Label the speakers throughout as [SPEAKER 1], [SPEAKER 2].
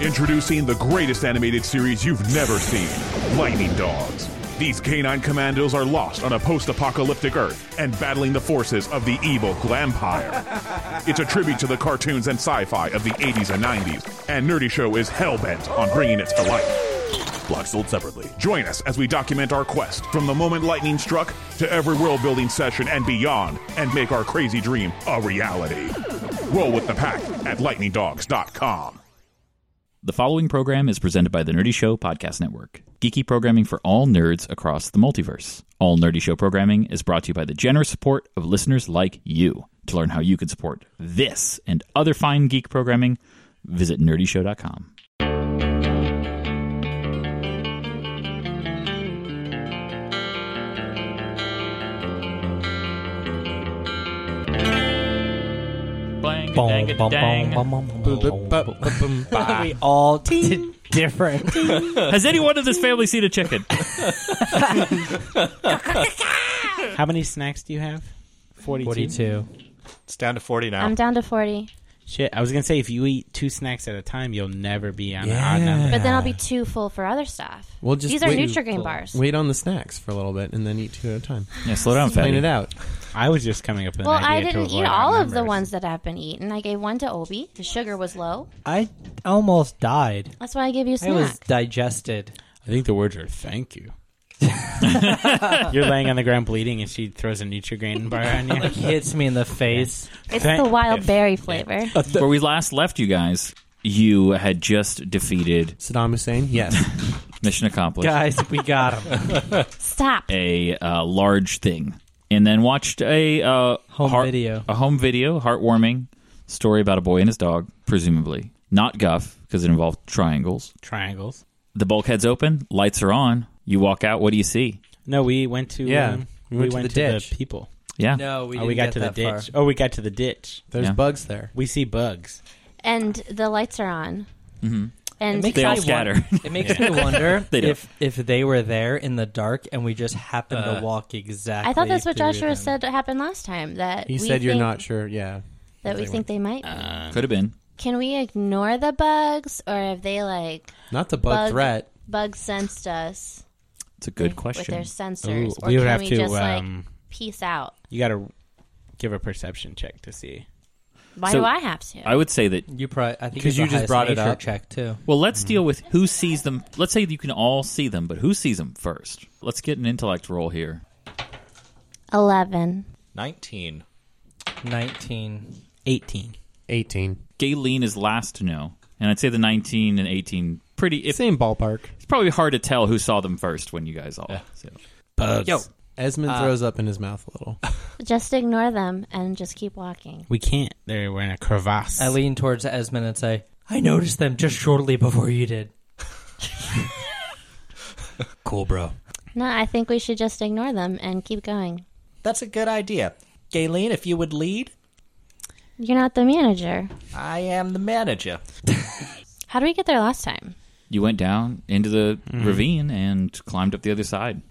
[SPEAKER 1] Introducing the greatest animated series you've never seen Lightning Dogs. These canine commandos are lost on a post apocalyptic Earth and battling the forces of the evil Glampire. It's a tribute to the cartoons and sci fi of the 80s and 90s, and Nerdy Show is hell bent on bringing it to life.
[SPEAKER 2] Blocks sold separately.
[SPEAKER 1] Join us as we document our quest from the moment lightning struck to every world building session and beyond, and make our crazy dream a reality. Roll with the pack at lightningdogs.com.
[SPEAKER 3] The following program is presented by the Nerdy Show Podcast Network, geeky programming for all nerds across the multiverse. All Nerdy Show programming is brought to you by the generous support of listeners like you. To learn how you can support this and other fine geek programming, visit nerdyshow.com. Bang, dang, dang.
[SPEAKER 4] we all did different.
[SPEAKER 3] Has anyone of this family seen a chicken?
[SPEAKER 4] How many snacks do you have? 42.
[SPEAKER 2] It's down to 40 now.
[SPEAKER 5] I'm down to 40.
[SPEAKER 4] Shit, I was going to say, if you eat two snacks at a time, you'll never be on
[SPEAKER 6] Yeah.
[SPEAKER 4] an odd number.
[SPEAKER 5] But then I'll be too full for other stuff.
[SPEAKER 6] We'll just
[SPEAKER 5] These are
[SPEAKER 6] wait-
[SPEAKER 5] Nutrigrain bars.
[SPEAKER 6] Wait on the snacks for a little bit and then eat two at a time.
[SPEAKER 3] yeah, slow down,
[SPEAKER 6] Plan
[SPEAKER 3] fatty.
[SPEAKER 6] it out.
[SPEAKER 4] I was just coming up with
[SPEAKER 5] well,
[SPEAKER 4] an idea
[SPEAKER 5] I
[SPEAKER 4] to
[SPEAKER 5] didn't
[SPEAKER 4] avoid
[SPEAKER 5] eat
[SPEAKER 4] odd
[SPEAKER 5] all of the
[SPEAKER 4] numbers.
[SPEAKER 5] ones that have been eaten. I gave one to Obi. The sugar was low.
[SPEAKER 7] I almost died.
[SPEAKER 5] That's why I gave you a
[SPEAKER 7] I was
[SPEAKER 5] snack.
[SPEAKER 7] digested.
[SPEAKER 4] I think the words are thank you. You're laying on the ground bleeding, and she throws a Nutrigrain bar on you.
[SPEAKER 7] Hits me in the face.
[SPEAKER 5] It's
[SPEAKER 4] Thank-
[SPEAKER 5] the wild berry flavor.
[SPEAKER 3] Where we last left you guys, you had just defeated
[SPEAKER 6] Saddam Hussein? Yes.
[SPEAKER 3] Mission Accomplished.
[SPEAKER 7] Guys, we got him.
[SPEAKER 5] Stop.
[SPEAKER 3] a uh, large thing, and then watched a uh,
[SPEAKER 7] Home video.
[SPEAKER 3] a home video, heartwarming story about a boy and his dog, presumably not Guff because it involved triangles.
[SPEAKER 4] Triangles.
[SPEAKER 3] The bulkhead's open, lights are on. You walk out. What do you see?
[SPEAKER 4] No, we went to
[SPEAKER 6] Yeah.
[SPEAKER 4] um,
[SPEAKER 6] We went to the ditch.
[SPEAKER 4] people.
[SPEAKER 3] Yeah,
[SPEAKER 7] No, we
[SPEAKER 4] oh,
[SPEAKER 7] didn't
[SPEAKER 4] we got
[SPEAKER 7] get
[SPEAKER 4] to the
[SPEAKER 7] that far.
[SPEAKER 4] ditch. Oh, we got to the ditch.
[SPEAKER 6] There's
[SPEAKER 3] Yeah.
[SPEAKER 6] bugs there.
[SPEAKER 4] We see bugs.
[SPEAKER 5] And the lights are on. Mm-hmm. And
[SPEAKER 3] they all
[SPEAKER 7] me
[SPEAKER 3] scatter.
[SPEAKER 7] won- it makes me wonder
[SPEAKER 3] They don't.
[SPEAKER 7] if if they were there in the dark and we just happened to walk exactly.
[SPEAKER 5] Uh, I thought that's what
[SPEAKER 7] through
[SPEAKER 5] Joshua
[SPEAKER 7] them.
[SPEAKER 5] said happened last time. That
[SPEAKER 6] He
[SPEAKER 5] we
[SPEAKER 6] said you're
[SPEAKER 5] think-
[SPEAKER 6] not sure. Yeah.
[SPEAKER 5] that we think they might. be.
[SPEAKER 3] Could have been.
[SPEAKER 5] Can we ignore the bugs, or have they like
[SPEAKER 6] Not the bug,
[SPEAKER 5] bug-
[SPEAKER 6] threat.
[SPEAKER 5] bug sensed us
[SPEAKER 3] It's a good
[SPEAKER 5] with their
[SPEAKER 3] question.
[SPEAKER 5] sensors,
[SPEAKER 4] Ooh,
[SPEAKER 5] or
[SPEAKER 4] we would
[SPEAKER 5] can
[SPEAKER 4] have
[SPEAKER 5] we
[SPEAKER 4] to,
[SPEAKER 5] just
[SPEAKER 4] um,
[SPEAKER 5] like peace out?
[SPEAKER 4] You got to give a perception check to see.
[SPEAKER 5] Why
[SPEAKER 3] So,
[SPEAKER 5] do I have to?
[SPEAKER 3] I would say that
[SPEAKER 7] You probably, I think,
[SPEAKER 6] 'Cause
[SPEAKER 7] it's
[SPEAKER 6] you
[SPEAKER 7] the
[SPEAKER 6] just
[SPEAKER 7] highest
[SPEAKER 6] brought it
[SPEAKER 7] nature
[SPEAKER 6] up.
[SPEAKER 7] Check too.
[SPEAKER 3] Well, let's deal with who sees them. Let's say you can all see them, but who sees them first? Let's get an intellect roll here.
[SPEAKER 5] Eleven.
[SPEAKER 2] 19.
[SPEAKER 7] 19.
[SPEAKER 4] 18.
[SPEAKER 6] 18.
[SPEAKER 3] Galen is last to know, and I'd say the 19 and 18 pretty. It's,
[SPEAKER 6] Same ballpark.
[SPEAKER 3] it's probably hard to tell who saw them first when you guys all. So.
[SPEAKER 4] Bugs.
[SPEAKER 7] Yo.
[SPEAKER 6] Esmond throws up in his mouth a little.
[SPEAKER 5] Just ignore them and just keep walking.
[SPEAKER 4] We can't. They're wearing a crevasse.
[SPEAKER 7] I lean towards Esmond and say, I noticed them just shortly before you did.
[SPEAKER 2] Cool, bro.
[SPEAKER 5] No, I think we should just ignore them and keep going.
[SPEAKER 2] That's a good idea. Galen, if you would lead,
[SPEAKER 5] You're not the manager.
[SPEAKER 2] I am the manager.
[SPEAKER 5] How do we get there last time?
[SPEAKER 3] You went down into the ravine and climbed up the other side.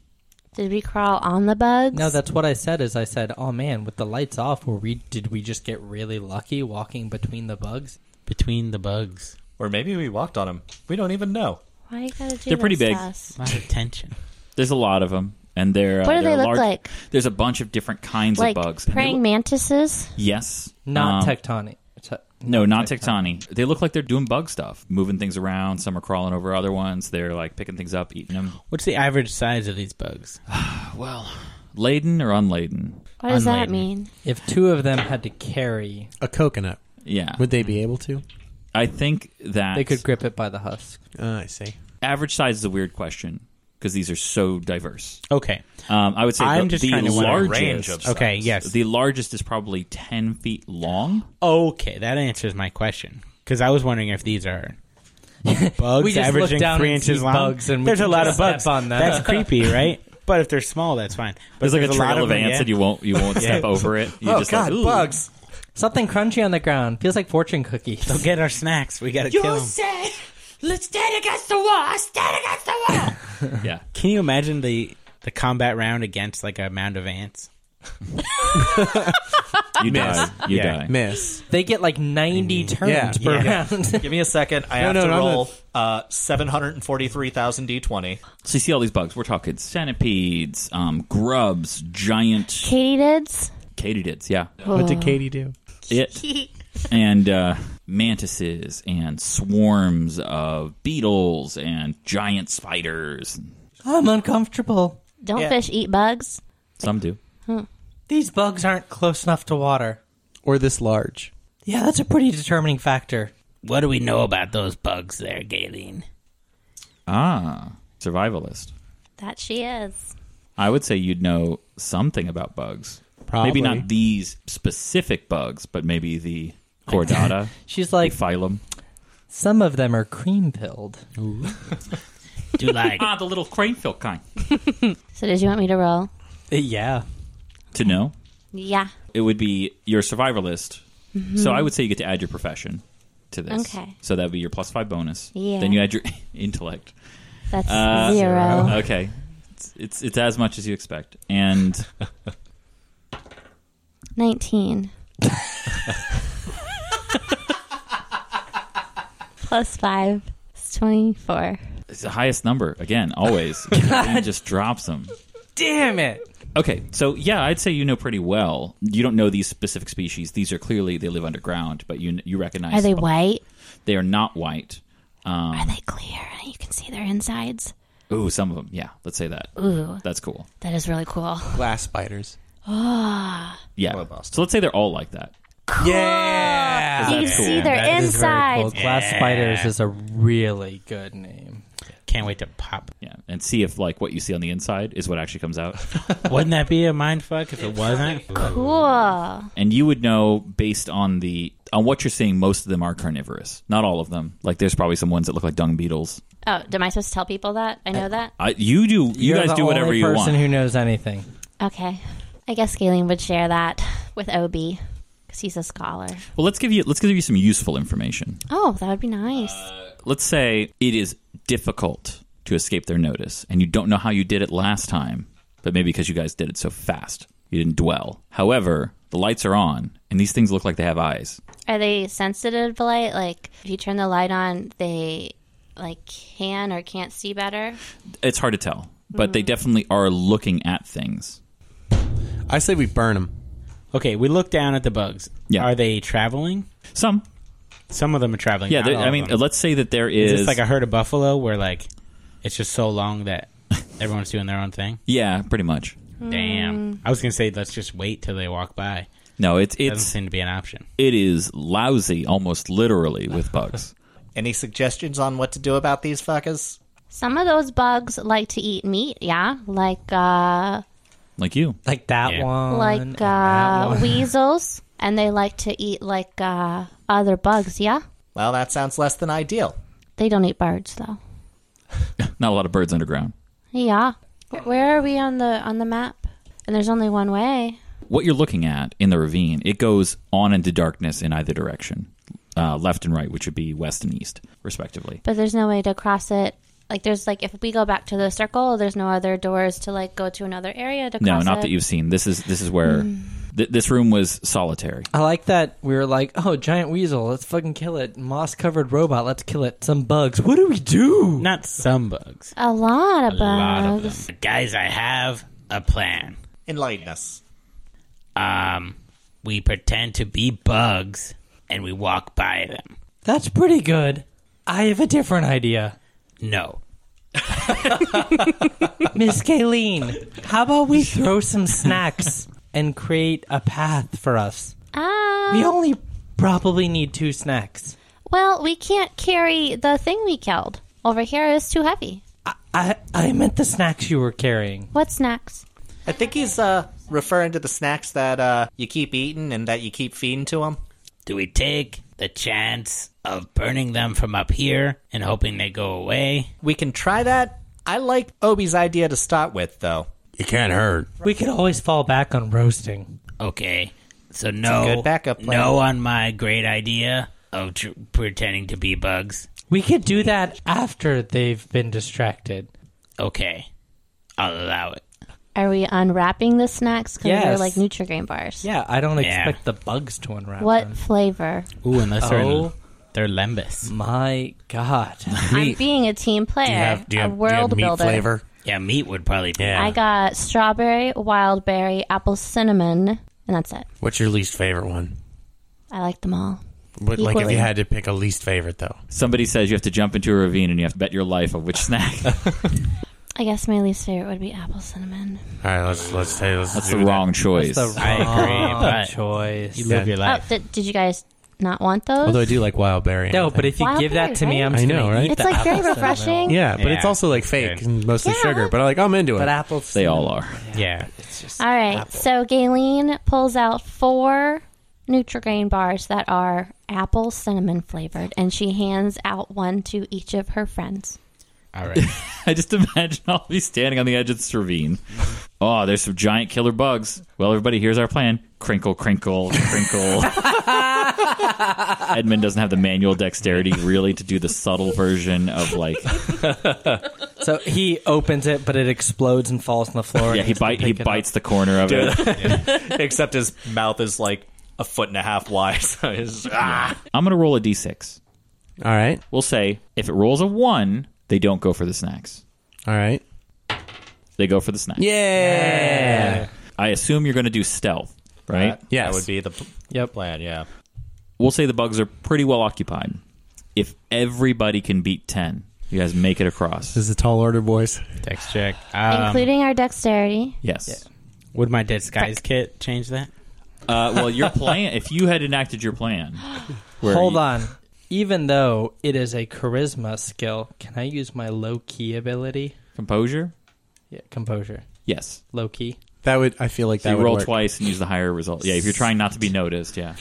[SPEAKER 5] Did we crawl on the bugs?
[SPEAKER 7] No, that's what I said. Is I said, "Oh man, with the lights off, were we did we just get really lucky walking between the bugs?"
[SPEAKER 4] Between the bugs.
[SPEAKER 2] Or maybe we walked on him. We don't even know.
[SPEAKER 5] Why you gotta do
[SPEAKER 3] They're pretty
[SPEAKER 5] this
[SPEAKER 3] big.
[SPEAKER 5] to us?
[SPEAKER 4] A lot of tension.
[SPEAKER 3] There's a lot of them, and they're uh,
[SPEAKER 5] What do
[SPEAKER 3] they're
[SPEAKER 5] they
[SPEAKER 3] a
[SPEAKER 5] look
[SPEAKER 3] large-
[SPEAKER 5] like?
[SPEAKER 3] There's a bunch of different kinds
[SPEAKER 5] Like
[SPEAKER 3] of bugs. And they
[SPEAKER 5] praying
[SPEAKER 3] look-
[SPEAKER 5] mantises?
[SPEAKER 3] yes,
[SPEAKER 7] Not
[SPEAKER 3] Um,
[SPEAKER 7] tectonic. Te-
[SPEAKER 3] No, not Tectani. They look like they're doing bug stuff, moving things around. Some are crawling over other ones. They're like picking things up, eating them.
[SPEAKER 4] What's the average size of these bugs?
[SPEAKER 3] Well, laden or unladen?
[SPEAKER 5] What does that
[SPEAKER 4] Unladen.
[SPEAKER 5] mean?
[SPEAKER 7] If two of them had to carry,
[SPEAKER 6] A coconut.
[SPEAKER 3] Yeah,
[SPEAKER 6] Would they be able to?
[SPEAKER 3] I think that
[SPEAKER 7] they could grip it by the husk.
[SPEAKER 6] Uh, I see.
[SPEAKER 3] average size is a weird question because because these are so diverse.
[SPEAKER 4] Okay.
[SPEAKER 3] Um, I would say
[SPEAKER 4] I'm
[SPEAKER 3] the,
[SPEAKER 4] just
[SPEAKER 3] the
[SPEAKER 4] trying to win a
[SPEAKER 3] largest.
[SPEAKER 2] range of
[SPEAKER 4] Okay, yes.
[SPEAKER 3] The largest is probably ten feet long.
[SPEAKER 4] Okay, that answers my question because I was wondering if these are bugs
[SPEAKER 7] We just
[SPEAKER 4] averaging
[SPEAKER 7] look down
[SPEAKER 4] three
[SPEAKER 7] and
[SPEAKER 4] inches
[SPEAKER 7] see
[SPEAKER 4] long.
[SPEAKER 7] bugs and we
[SPEAKER 4] there's a
[SPEAKER 7] can
[SPEAKER 4] lot of
[SPEAKER 7] just
[SPEAKER 4] bugs
[SPEAKER 7] step on them.
[SPEAKER 4] That's creepy, right? But if they're small, that's fine. But
[SPEAKER 3] There's like a
[SPEAKER 4] there's lot
[SPEAKER 3] trail of
[SPEAKER 4] them,
[SPEAKER 3] ants,
[SPEAKER 4] yeah.
[SPEAKER 3] and you won't you won't step over it. You
[SPEAKER 7] oh
[SPEAKER 3] just
[SPEAKER 7] God,
[SPEAKER 3] like, "Ooh."
[SPEAKER 7] bugs! Something crunchy on the ground feels like fortune cookies.
[SPEAKER 4] They'll get our snacks. We gotta kill them.
[SPEAKER 5] say, let's stand against the wall. Stand against the wall.
[SPEAKER 3] Yeah,
[SPEAKER 4] Can you imagine the the combat round against like a mound of ants?
[SPEAKER 3] you die. You
[SPEAKER 4] Yeah.
[SPEAKER 3] die.
[SPEAKER 6] Miss.
[SPEAKER 7] They get like ninety turns
[SPEAKER 6] Yeah.
[SPEAKER 7] per
[SPEAKER 4] Yeah.
[SPEAKER 7] round.
[SPEAKER 2] Give me a second. I have
[SPEAKER 6] no,
[SPEAKER 2] to
[SPEAKER 6] no, no.
[SPEAKER 2] roll uh, 743,000 d20.
[SPEAKER 3] So you see all these bugs. We're talking centipedes, um, grubs, giant
[SPEAKER 5] Katydids.
[SPEAKER 3] katydids. Yeah,
[SPEAKER 6] What did Katie do?
[SPEAKER 3] it and uh, mantises and swarms of beetles and giant spiders.
[SPEAKER 7] I'm uncomfortable.
[SPEAKER 5] Don't fish eat bugs?
[SPEAKER 3] Some do.
[SPEAKER 7] These bugs aren't close enough to water.
[SPEAKER 6] Or this large?
[SPEAKER 7] Yeah, that's a pretty determining factor.
[SPEAKER 4] What do we know about those bugs there, Galen?
[SPEAKER 3] Ah, survivalist.
[SPEAKER 5] That she is.
[SPEAKER 3] I would say you'd know something about bugs. Maybe
[SPEAKER 6] Probably.
[SPEAKER 3] not these specific bugs, but maybe the chordata,
[SPEAKER 7] She's
[SPEAKER 3] the
[SPEAKER 7] like,
[SPEAKER 3] phylum.
[SPEAKER 7] some of them are cream pilled.
[SPEAKER 4] Do like
[SPEAKER 3] Ah, the little cranefield kind.
[SPEAKER 5] So did you want me to roll?
[SPEAKER 6] Uh,
[SPEAKER 7] Yeah.
[SPEAKER 3] To know,
[SPEAKER 5] Yeah.
[SPEAKER 3] it would be your survivalist. So I would say you get to add your profession to this.
[SPEAKER 5] Mm-hmm. Okay.
[SPEAKER 3] So that would be your plus five bonus.
[SPEAKER 5] Yeah.
[SPEAKER 3] Then you add your intellect.
[SPEAKER 5] That's
[SPEAKER 3] Uh,
[SPEAKER 5] zero.
[SPEAKER 3] Okay. It's, it's it's as much as you expect, and
[SPEAKER 5] 19. Plus five. It's 24.
[SPEAKER 3] it's the highest number again. Always, Kathleen just drops them.
[SPEAKER 7] Damn it.
[SPEAKER 3] Okay, so yeah, I'd say you know pretty well. You don't know these specific species. These are clearly they live underground, but you you recognize
[SPEAKER 5] Are they
[SPEAKER 3] bu-
[SPEAKER 5] white?
[SPEAKER 3] They are not white. Um,
[SPEAKER 5] Are they clear? You can see their insides.
[SPEAKER 3] ooh, some of them. Yeah, let's say that.
[SPEAKER 5] Ooh,
[SPEAKER 3] That's cool.
[SPEAKER 5] that is really cool.
[SPEAKER 6] Glass spiders.
[SPEAKER 3] Yeah.
[SPEAKER 2] Boston.
[SPEAKER 3] So let's say they're all like that.
[SPEAKER 6] Yeah.
[SPEAKER 5] you can
[SPEAKER 3] that's
[SPEAKER 5] see
[SPEAKER 3] cool.
[SPEAKER 5] their
[SPEAKER 7] That is very cool.
[SPEAKER 5] insides.
[SPEAKER 7] Glass spiders is a really good name.
[SPEAKER 4] can't wait to pop.
[SPEAKER 3] Yeah, and see if like what you see on the inside is what actually comes out.
[SPEAKER 4] Wouldn't that be a mind fuck if it wasn't?
[SPEAKER 5] Cool.
[SPEAKER 3] and you would know based on the on what you're seeing most of them are carnivorous not all of them like there's probably some ones that look like dung beetles
[SPEAKER 5] Oh, am I supposed to tell people that? I know that?
[SPEAKER 3] I, you do you
[SPEAKER 7] You're
[SPEAKER 3] guys
[SPEAKER 7] the
[SPEAKER 3] do whatever
[SPEAKER 7] only
[SPEAKER 3] you want
[SPEAKER 7] person who knows anything.
[SPEAKER 5] Okay. I guess Galen would share that with OB because he's a scholar.
[SPEAKER 3] well let's give you let's give you some useful information
[SPEAKER 5] Oh, that would be nice.
[SPEAKER 7] Uh,
[SPEAKER 3] let's say it is difficult to escape their notice and you don't know how you did it last time but maybe because you guys did it so fast you didn't dwell however the lights are on and these things look like they have eyes
[SPEAKER 5] Are they sensitive to light? Like, if you turn the light on, they like can or can't see better.
[SPEAKER 3] it's hard to tell but they definitely are looking at things
[SPEAKER 6] I say we burn them.
[SPEAKER 4] Okay, we look down at the bugs.
[SPEAKER 3] Yeah.
[SPEAKER 4] Are they traveling?
[SPEAKER 3] some
[SPEAKER 4] Some of them are traveling.
[SPEAKER 3] yeah
[SPEAKER 4] not
[SPEAKER 3] there-
[SPEAKER 4] all
[SPEAKER 3] i
[SPEAKER 4] of
[SPEAKER 3] mean
[SPEAKER 4] them.
[SPEAKER 3] let's say that there
[SPEAKER 4] is
[SPEAKER 3] is,
[SPEAKER 4] this like a herd of buffalo where like it's just so long that everyone's doing their own thing?
[SPEAKER 3] yeah pretty much
[SPEAKER 4] Damn. I was gonna say let's just wait till they walk by.
[SPEAKER 3] No, it's
[SPEAKER 4] Doesn't
[SPEAKER 3] it's
[SPEAKER 4] seem to be an option.
[SPEAKER 3] it is lousy, almost literally, with bugs.
[SPEAKER 2] Any suggestions on what to do about these fuckers?
[SPEAKER 5] Some of those bugs like to eat meat. Yeah, like uh,
[SPEAKER 3] like you,
[SPEAKER 7] Like that
[SPEAKER 4] Yeah.
[SPEAKER 7] one. and
[SPEAKER 5] like
[SPEAKER 7] that
[SPEAKER 5] uh,
[SPEAKER 7] one.
[SPEAKER 5] weasels, and they like to eat like uh, other bugs. Yeah,
[SPEAKER 2] Well, that sounds less than ideal.
[SPEAKER 5] they don't eat birds though.
[SPEAKER 3] not a lot of birds underground.
[SPEAKER 5] Yeah, where are we on the on the map? And there's only one way.
[SPEAKER 3] What you're looking at in the ravine, it goes on into darkness in either direction, uh, left and right, which would be west and east, respectively.
[SPEAKER 5] But there's no way to cross it. Like there's like if we go back to the circle, there's no other doors to like go to another area to cross
[SPEAKER 3] No, not e-
[SPEAKER 5] it. Hmm.
[SPEAKER 3] that you've seen. This is this is where th- this room was solitary.
[SPEAKER 7] I like that we were like, oh, giant weasel, let's fucking kill it. Moss covered robot, let's kill it. Some bugs. What do we do?
[SPEAKER 4] Not some bugs.
[SPEAKER 5] A lot of bugs.
[SPEAKER 4] A lot of them. Guys, I have a plan.
[SPEAKER 2] Enlighten us.
[SPEAKER 4] Um we pretend to be bugs and we walk by them.
[SPEAKER 7] That's pretty good. I have a different idea.
[SPEAKER 4] No.
[SPEAKER 7] Miss Kayleen, how about we throw some snacks and create a path for us?
[SPEAKER 5] Ah.
[SPEAKER 7] We only probably need two snacks.
[SPEAKER 5] Well, we can't carry the thing we killed. Over here is too heavy.
[SPEAKER 7] I, I I meant the snacks you were carrying.
[SPEAKER 5] What snacks?
[SPEAKER 2] I think he's uh, referring to the snacks that uh, you keep eating and that you keep feeding to him.
[SPEAKER 4] Do we take the chance of burning them from up here and hoping they go away?
[SPEAKER 2] We can try that. I like Obi's idea to start with, though.
[SPEAKER 6] It can't hurt.
[SPEAKER 7] We could always fall back on roasting.
[SPEAKER 4] Okay, so no
[SPEAKER 2] good backup plan.
[SPEAKER 4] No on my great idea of tr- pretending to be bugs.
[SPEAKER 7] We could do that after they've been distracted.
[SPEAKER 4] Okay, I'll allow it.
[SPEAKER 5] Are we unwrapping the snacks? Because they're
[SPEAKER 7] Yes.
[SPEAKER 5] like Nutrigrain bars.
[SPEAKER 7] Yeah, I don't
[SPEAKER 4] Yeah.
[SPEAKER 7] expect the bugs to unwrap
[SPEAKER 5] What
[SPEAKER 7] them.
[SPEAKER 5] flavor?
[SPEAKER 4] Ooh, unless
[SPEAKER 7] they're-
[SPEAKER 4] they're lembus.
[SPEAKER 7] Oh My God.
[SPEAKER 5] I'm being a team player,
[SPEAKER 6] have- do you
[SPEAKER 5] a
[SPEAKER 6] have- do you have
[SPEAKER 5] world
[SPEAKER 6] meat
[SPEAKER 5] builder.
[SPEAKER 6] flavor?
[SPEAKER 4] Yeah, meat would probably be.
[SPEAKER 6] Yeah.
[SPEAKER 5] I got strawberry, wild berry, apple cinnamon, and that's it.
[SPEAKER 6] What's your least favorite one?
[SPEAKER 5] I like them all.
[SPEAKER 6] But like, if
[SPEAKER 5] Equally.
[SPEAKER 6] you had to pick a least favorite, though,
[SPEAKER 3] Somebody says you have to jump into a ravine and you have to bet your life on which snack.
[SPEAKER 5] I guess my least favorite would be apple cinnamon.
[SPEAKER 6] all right, let's let's say let's
[SPEAKER 3] That's
[SPEAKER 6] do
[SPEAKER 3] the
[SPEAKER 6] that.
[SPEAKER 3] wrong choice.
[SPEAKER 7] That's the
[SPEAKER 4] I agree,
[SPEAKER 7] wrong
[SPEAKER 4] but-
[SPEAKER 7] choice.
[SPEAKER 4] You live your
[SPEAKER 5] Oh,
[SPEAKER 4] life.
[SPEAKER 5] did, did you guys not want those?
[SPEAKER 6] Although I do like wild berry.
[SPEAKER 7] No, but if you
[SPEAKER 5] Wild
[SPEAKER 7] give that to me,
[SPEAKER 5] berry,
[SPEAKER 7] I'm
[SPEAKER 5] right?
[SPEAKER 7] just
[SPEAKER 6] I know,
[SPEAKER 7] gonna
[SPEAKER 6] right?
[SPEAKER 7] eat
[SPEAKER 5] it's
[SPEAKER 7] the
[SPEAKER 5] like very
[SPEAKER 7] apple cinnamon.
[SPEAKER 5] refreshing.
[SPEAKER 6] yeah, but it's
[SPEAKER 4] Yeah.
[SPEAKER 6] also like fake
[SPEAKER 4] Good.
[SPEAKER 6] and mostly
[SPEAKER 5] Yeah.
[SPEAKER 6] sugar. But like, I'm into it.
[SPEAKER 7] But apple
[SPEAKER 3] they
[SPEAKER 7] cinnamon.
[SPEAKER 3] all are.
[SPEAKER 4] Yeah,
[SPEAKER 5] All right. So Galen pulls out four Nutrigrain bars that are apple cinnamon flavored, and she hands out one to each of her friends.
[SPEAKER 4] all right.
[SPEAKER 3] I just imagine I'll be standing on the edge of this ravine. Oh, there's some giant killer bugs. Well, everybody, here's our plan: crinkle, crinkle, crinkle. Edmund doesn't have the manual dexterity really to do the subtle version of like,
[SPEAKER 7] So he opens it, but it explodes and falls on the floor.
[SPEAKER 3] yeah,
[SPEAKER 7] and
[SPEAKER 3] he
[SPEAKER 7] has to
[SPEAKER 3] bite he
[SPEAKER 7] pick it
[SPEAKER 3] bites the corner of it.
[SPEAKER 2] Except his mouth is like a foot and a half wide. So it's, ah.
[SPEAKER 3] I'm gonna roll a d6.
[SPEAKER 6] all right,
[SPEAKER 3] We'll say if it rolls a one, they don't go for the snacks.
[SPEAKER 6] all right.
[SPEAKER 3] They go for the snacks.
[SPEAKER 6] Yeah.
[SPEAKER 3] I assume you're gonna do stealth, right?
[SPEAKER 2] That,
[SPEAKER 6] Yes.
[SPEAKER 2] that would be the p-
[SPEAKER 7] Yep.
[SPEAKER 2] plan, yeah.
[SPEAKER 3] we'll say the bugs are pretty well occupied. If everybody can beat 10, you guys make it across.
[SPEAKER 6] This is a tall order, boys.
[SPEAKER 4] Dex check. Um,
[SPEAKER 5] Including our dexterity.
[SPEAKER 3] Yes.
[SPEAKER 4] would my disguise kit change that?
[SPEAKER 3] Uh, well, your plan, if you had enacted your plan.
[SPEAKER 7] Up.
[SPEAKER 3] where
[SPEAKER 7] Hold
[SPEAKER 3] you-
[SPEAKER 7] on. Even though it is a charisma skill, can I use my low key ability?
[SPEAKER 3] Composure?
[SPEAKER 7] Yeah, composure,
[SPEAKER 3] Yes.
[SPEAKER 7] low key.
[SPEAKER 6] That would. I feel like
[SPEAKER 3] So
[SPEAKER 6] that
[SPEAKER 3] you
[SPEAKER 6] would
[SPEAKER 3] roll
[SPEAKER 6] work.
[SPEAKER 3] twice and use the higher result. Yeah, if you're trying not to be noticed, yeah.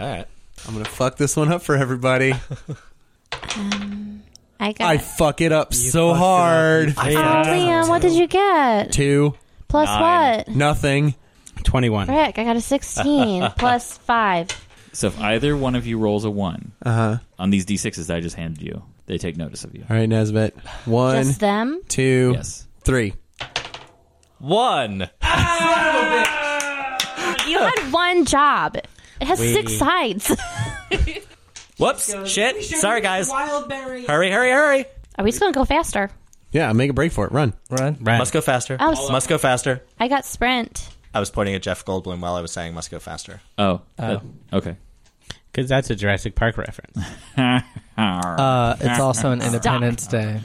[SPEAKER 2] All right.
[SPEAKER 6] I'm gonna fuck this one up for everybody.
[SPEAKER 5] I got.
[SPEAKER 6] I fuck it up so hard.
[SPEAKER 5] oh, Liam, what did you get?
[SPEAKER 6] Two,
[SPEAKER 5] Plus
[SPEAKER 2] Nine.
[SPEAKER 5] what?
[SPEAKER 6] nothing.
[SPEAKER 4] Twenty-one.
[SPEAKER 5] Rick, I got a 16 plus 5.
[SPEAKER 3] So if either one of you rolls a 1 on these d6s that I just handed you, they take notice of you.
[SPEAKER 6] All right, Nesbit. One,
[SPEAKER 5] Just them?
[SPEAKER 6] two,
[SPEAKER 3] Yes.
[SPEAKER 6] three.
[SPEAKER 2] One.
[SPEAKER 5] You had one job. It has six sides.
[SPEAKER 2] Whoops. Shit. Sorry, guys. Hurry, hurry, hurry.
[SPEAKER 5] Are we just going to go faster?
[SPEAKER 6] Yeah, make a break for it. Run.
[SPEAKER 7] Run.
[SPEAKER 4] Right.
[SPEAKER 2] Must go faster.
[SPEAKER 5] I was-
[SPEAKER 2] Must go faster.
[SPEAKER 5] I got sprint.
[SPEAKER 2] I was pointing at Jeff Goldblum while I was saying must go faster.
[SPEAKER 3] Oh. that- okay.
[SPEAKER 4] Because that's a Jurassic Park reference.
[SPEAKER 7] Uh, it's also an Independence Day.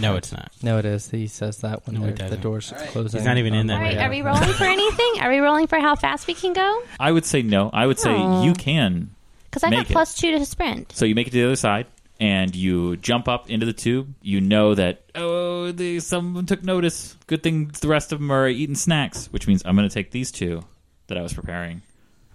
[SPEAKER 4] no, it's not.
[SPEAKER 7] No, it is. He says that when
[SPEAKER 4] No,
[SPEAKER 7] they're-
[SPEAKER 4] it
[SPEAKER 7] the
[SPEAKER 4] doesn't.
[SPEAKER 7] doors closing. Um,
[SPEAKER 4] He's not even in that.
[SPEAKER 5] All right,
[SPEAKER 4] movie.
[SPEAKER 5] are we rolling for anything? Are we rolling for how fast we can go?
[SPEAKER 3] I would say no. I would say
[SPEAKER 5] Aw.
[SPEAKER 3] you can
[SPEAKER 5] Because I got
[SPEAKER 3] Make it.
[SPEAKER 5] plus two to sprint.
[SPEAKER 3] So you make it to the other side, and you jump up into the tube. You know that oh, they, someone took notice. Good thing the rest of them are eating snacks, which means I'm going to take these two that I was preparing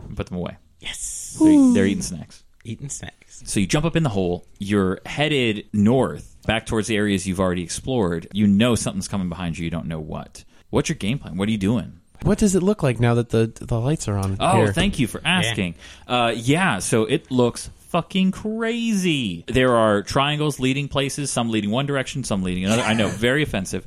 [SPEAKER 3] and put them away. Yes, they're, they're eating snacks.
[SPEAKER 4] Eating snacks.
[SPEAKER 3] So you jump up in the hole. You're headed north, back towards the areas you've already explored. You know something's coming behind you. You don't know what. What's your game plan? What are you doing?
[SPEAKER 6] What does it look like now that the the lights are on?
[SPEAKER 3] Oh,
[SPEAKER 6] here?
[SPEAKER 3] thank you for asking. Yeah. Uh, yeah, so it looks fucking crazy. There are triangles leading places, some leading one direction, some leading another. I know, very offensive.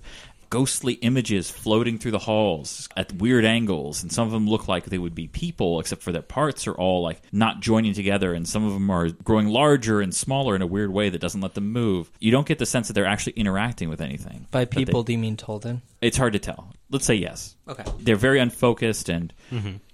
[SPEAKER 3] Ghostly images floating through the halls at weird angles, and some of them look like they would be people, except for their parts are all like not joining together, and some of them are growing larger and smaller in a weird way that doesn't let them move. You don't get the sense that they're actually interacting with anything.
[SPEAKER 7] By
[SPEAKER 3] That they-
[SPEAKER 7] people, do you mean Tolden?
[SPEAKER 3] it's hard to tell. Let's say yes.
[SPEAKER 7] Okay.
[SPEAKER 3] They're very unfocused and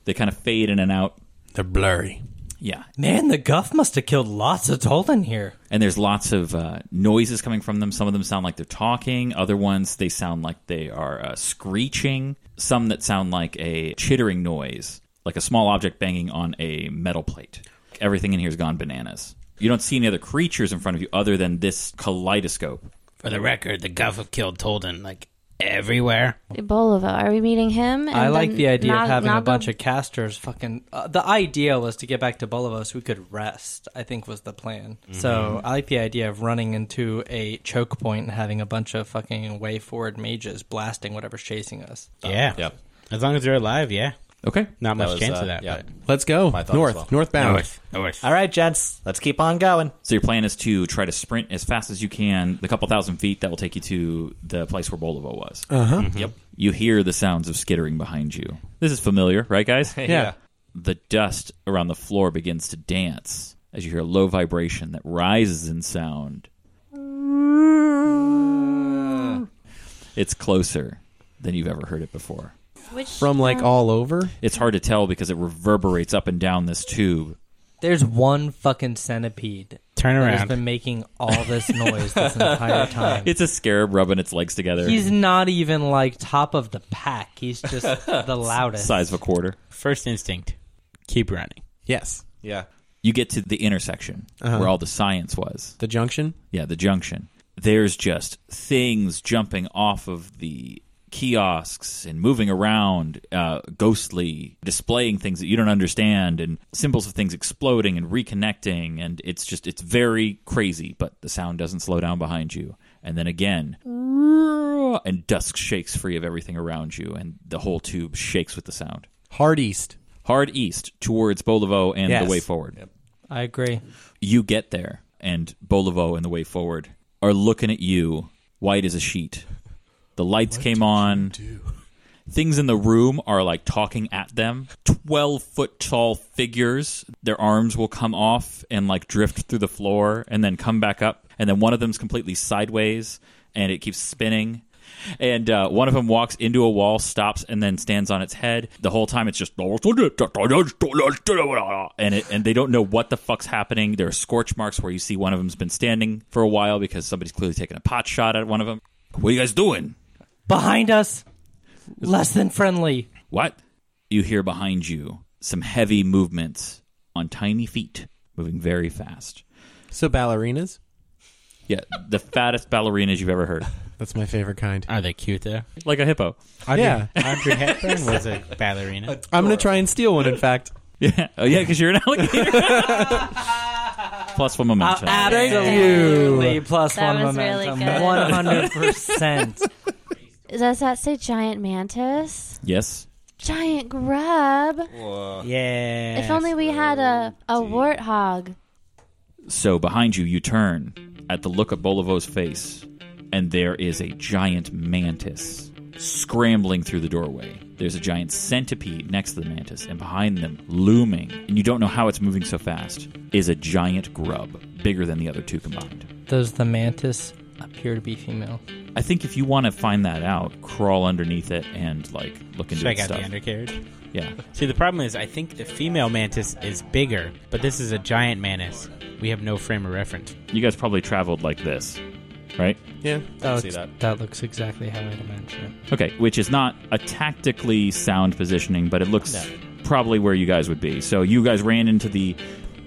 [SPEAKER 3] they kind of fade in and out.
[SPEAKER 6] They're blurry.
[SPEAKER 3] Yeah.
[SPEAKER 7] Man, the guff must have killed lots of Tolden here.
[SPEAKER 3] And there's lots of uh, noises coming from them. Some of them sound like they're talking, other ones, they sound like they are uh, screeching, some that sound like a chittering noise, like a small object banging on a metal plate. Everything in here has gone bananas. You don't see any other creatures in front of you other than this kaleidoscope.
[SPEAKER 4] For the record, the Guff killed Tolden like everywhere.
[SPEAKER 5] Bolivo, are we meeting him?
[SPEAKER 7] I
[SPEAKER 5] And
[SPEAKER 7] like
[SPEAKER 5] then
[SPEAKER 7] the idea
[SPEAKER 5] Nog-
[SPEAKER 7] of having a
[SPEAKER 5] Naga-
[SPEAKER 7] bunch of casters. Fucking uh, the idea was to get back to Bolivos, so we could rest. I think was the plan.
[SPEAKER 4] Mm-hmm.
[SPEAKER 7] So I like the idea of running into a choke point and having a bunch of fucking way forward mages blasting whatever's chasing us.
[SPEAKER 4] Yeah.
[SPEAKER 8] Uh, Yep.
[SPEAKER 4] As long as they're alive, yeah.
[SPEAKER 3] Okay.
[SPEAKER 4] Not
[SPEAKER 8] That
[SPEAKER 4] much
[SPEAKER 8] was,
[SPEAKER 4] chance
[SPEAKER 8] uh,
[SPEAKER 4] of that.
[SPEAKER 8] yeah.
[SPEAKER 4] but-
[SPEAKER 6] Let's go
[SPEAKER 8] My thought as
[SPEAKER 6] north,
[SPEAKER 8] well.
[SPEAKER 6] northbound.
[SPEAKER 4] North. North.
[SPEAKER 2] All right, gents, let's keep on going.
[SPEAKER 3] So your plan is to try to sprint as fast as you can, the couple thousand feet that will take you to the place where Bolivo was. Uh huh. Yep. You hear the sounds of skittering behind you. This is familiar, right, guys?
[SPEAKER 6] Yeah.
[SPEAKER 3] The dust around the floor begins to dance as you hear a low vibration that rises in sound. It's closer than you've ever heard it before.
[SPEAKER 5] Which,
[SPEAKER 6] From like all over.
[SPEAKER 3] It's hard to tell because it reverberates up and down this tube.
[SPEAKER 7] There's one fucking centipede
[SPEAKER 4] Turn
[SPEAKER 7] that
[SPEAKER 4] around.
[SPEAKER 7] has been making all this noise this entire time.
[SPEAKER 3] It's a scarab rubbing its legs together.
[SPEAKER 7] He's not even like top of the pack. He's just the loudest.
[SPEAKER 3] size of a quarter.
[SPEAKER 4] First instinct. Keep running.
[SPEAKER 6] Yes.
[SPEAKER 8] Yeah.
[SPEAKER 3] You get to the intersection where all the science was.
[SPEAKER 6] The junction.
[SPEAKER 3] Yeah, the junction. There's just things jumping off of the kiosks and moving around, uh, ghostly, displaying things that you don't understand, and symbols of things exploding and reconnecting. And it's just, it's very crazy, but the sound doesn't slow down behind you. And then again, and dusk shakes free of everything around you, and the whole tube shakes with the sound.
[SPEAKER 6] Hard east.
[SPEAKER 3] Hard east towards Bolivo and
[SPEAKER 6] Yes.
[SPEAKER 3] the way forward
[SPEAKER 7] I agree.
[SPEAKER 3] you get there and Bolivo and the way forward are looking at you white as a sheet. The lights came on. Things in the room are like talking at them. 12 foot tall figures. Their arms will come off and like drift through the floor and then come back up. And then one of them's completely sideways and it keeps spinning. And uh, one of them walks into a wall, stops, and then stands on its head. The whole time it's just and it, and they don't know what the fuck's happening. There are scorch marks where you see one of them's been standing for a while because somebody's clearly taken a pot shot at one of them. What are you guys doing?
[SPEAKER 7] Behind us, less than friendly.
[SPEAKER 3] What? You hear behind you some heavy movements on tiny feet, moving very fast.
[SPEAKER 6] So ballerinas.
[SPEAKER 3] Yeah, the fattest ballerinas you've ever heard,
[SPEAKER 6] That's my favorite kind.
[SPEAKER 4] Are they cute though?
[SPEAKER 3] like a hippo.
[SPEAKER 4] Audrey,
[SPEAKER 6] Yeah.
[SPEAKER 4] Audrey Hepburn was a ballerina.
[SPEAKER 6] I'm gonna try and steal one. In fact,
[SPEAKER 3] Yeah, oh yeah, because you're an alligator. Plus one
[SPEAKER 7] Uh,
[SPEAKER 3] momentum.
[SPEAKER 7] Absolutely. Plus
[SPEAKER 5] That
[SPEAKER 7] one
[SPEAKER 5] was really
[SPEAKER 7] momentum.
[SPEAKER 5] good.
[SPEAKER 7] 100%.
[SPEAKER 5] Does that say giant mantis?
[SPEAKER 3] yes.
[SPEAKER 5] Giant grub?
[SPEAKER 4] yeah.
[SPEAKER 5] if only we had a, a warthog.
[SPEAKER 3] So behind you, you turn at the look at Bolivo's face, and there is a giant mantis scrambling through the doorway. There's a giant centipede next to the mantis, and behind them, looming, and you don't know how it's moving so fast, is a giant grub, bigger than the other two combined.
[SPEAKER 7] Does the mantis appear to be female?
[SPEAKER 3] I think if you want to find that out, crawl underneath it and like look into
[SPEAKER 4] Check
[SPEAKER 3] its
[SPEAKER 4] out
[SPEAKER 3] stuff.
[SPEAKER 4] the undercarriage.
[SPEAKER 3] yeah,
[SPEAKER 4] See, the problem is, I think the female mantis is bigger, but this is a giant mantis. We have no frame of reference.
[SPEAKER 3] you guys probably traveled like this, right?
[SPEAKER 6] yeah.
[SPEAKER 7] That
[SPEAKER 8] see
[SPEAKER 7] looks,
[SPEAKER 8] that.
[SPEAKER 7] looks exactly how I'd imagine
[SPEAKER 3] Okay, which is not a tactically sound positioning, but it looks probably where you guys would be. So you guys ran into the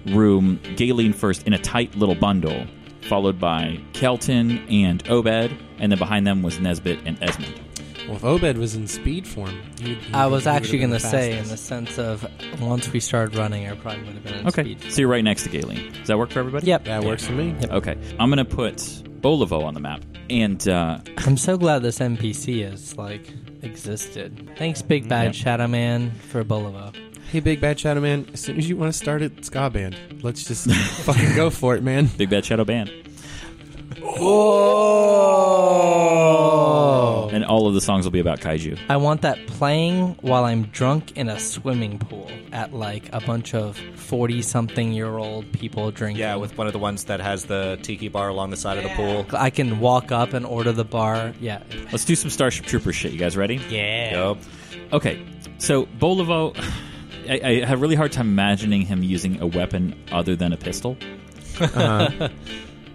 [SPEAKER 3] room, Galen first in a tight little bundle, followed by Kelton and Obed, and then behind them was Nesbit and Esmond.
[SPEAKER 6] Well, if Obed was in speed form, you'd,
[SPEAKER 7] it. I was
[SPEAKER 6] you would've
[SPEAKER 7] actually
[SPEAKER 6] been
[SPEAKER 7] going to
[SPEAKER 6] the
[SPEAKER 7] say, in
[SPEAKER 6] fastest.
[SPEAKER 7] the sense of once we started running, I probably would have been in
[SPEAKER 3] Okay,
[SPEAKER 7] speed.
[SPEAKER 3] so you're right next to Galen. Does that work for everybody?
[SPEAKER 7] Yep.
[SPEAKER 6] That works for me.
[SPEAKER 3] Okay, I'm gonna put Bolivo on the map, and uh,
[SPEAKER 7] I'm so glad this NPC is like existed. Thanks, Big Bad Shadow Man, for Bulova.
[SPEAKER 6] Hey, big bad shadow man. As soon as you want to start it, ska band. Let's just fucking go for it, man.
[SPEAKER 3] Big Bad Shadow Band. Oh! And all of the songs will be about kaiju.
[SPEAKER 7] I want that playing while I'm drunk in a swimming pool at like a bunch of forty-something-year-old people drinking.
[SPEAKER 8] Yeah, with one of the ones that has the tiki bar along the side of the pool.
[SPEAKER 7] I can walk up and order the bar. Yeah,
[SPEAKER 3] Let's do some Starship Trooper shit. You guys ready?
[SPEAKER 4] Yeah.
[SPEAKER 8] Yup.
[SPEAKER 3] Okay, so Bolivo, I, I have a really hard time imagining him using a weapon other than a pistol.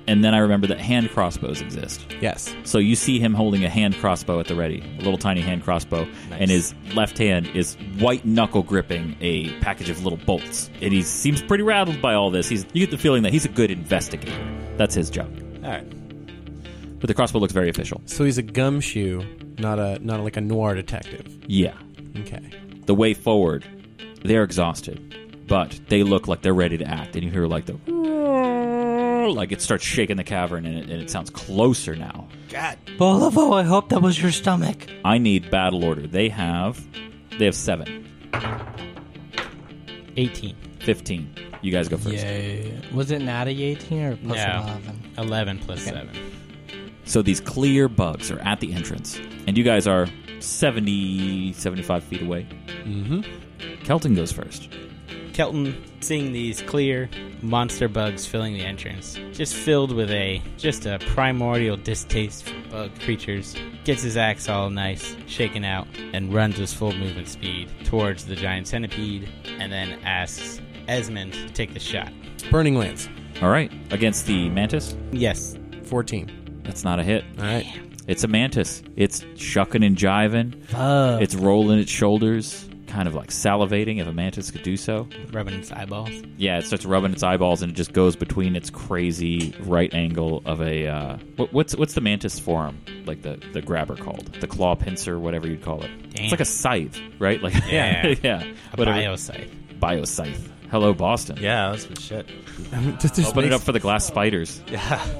[SPEAKER 3] and then I remember that hand crossbows exist.
[SPEAKER 6] Yes.
[SPEAKER 3] So you see him holding a hand crossbow at the ready, a little tiny hand crossbow, and his left hand is white knuckle gripping a package of little bolts. And he seems pretty rattled by all this. He's you get the feeling that he's a good investigator. That's his job.
[SPEAKER 8] All right.
[SPEAKER 3] But the crossbow looks very official.
[SPEAKER 6] So he's a gumshoe, not a not like a noir detective.
[SPEAKER 3] Yeah.
[SPEAKER 6] Okay.
[SPEAKER 3] The way forward, they're exhausted, but they look like they're ready to act. And you hear like the like it starts shaking the cavern, and it, and it sounds closer now.
[SPEAKER 7] Bolivo, I hope that was your stomach.
[SPEAKER 3] I need battle order. They have they have seven.
[SPEAKER 4] 18.
[SPEAKER 3] Fifteen. You guys go first.
[SPEAKER 7] Yay. Was it Natty 18 or plus
[SPEAKER 4] No.
[SPEAKER 7] 11?
[SPEAKER 4] 11 plus 7.
[SPEAKER 3] So these clear bugs are at the entrance, and you guys are 70, 75 feet away. Mm-hmm. Kelton goes first.
[SPEAKER 4] Kelton, seeing these clear monster bugs filling the entrance, just filled with a just a primordial distaste for bug creatures, gets his axe all nice, shaken out, and runs with full movement speed towards the giant centipede, and then asks Esmond to take the shot.
[SPEAKER 6] Burning Lance,
[SPEAKER 3] All right, against the mantis.
[SPEAKER 4] Yes,
[SPEAKER 6] 14.
[SPEAKER 3] That's not a hit.
[SPEAKER 6] All right.
[SPEAKER 3] It's a mantis. It's shucking and jiving. It's rolling its shoulders, kind of like salivating if a mantis could do so.
[SPEAKER 4] rubbing its eyeballs.
[SPEAKER 3] Yeah, it starts rubbing its eyeballs, and it just goes between its crazy right angle of a uh, what, what's what's the mantis form like the the grabber called the claw pincer, whatever you'd call it.
[SPEAKER 4] Damn.
[SPEAKER 3] It's like a scythe, right? Like
[SPEAKER 4] Yeah.
[SPEAKER 3] yeah,
[SPEAKER 4] A
[SPEAKER 3] whatever.
[SPEAKER 4] bioscythe.
[SPEAKER 3] bio scythe. Hello, Boston.
[SPEAKER 8] Yeah, that's good shit.
[SPEAKER 6] This just
[SPEAKER 3] Open it
[SPEAKER 6] makes-
[SPEAKER 3] up for the glass spiders.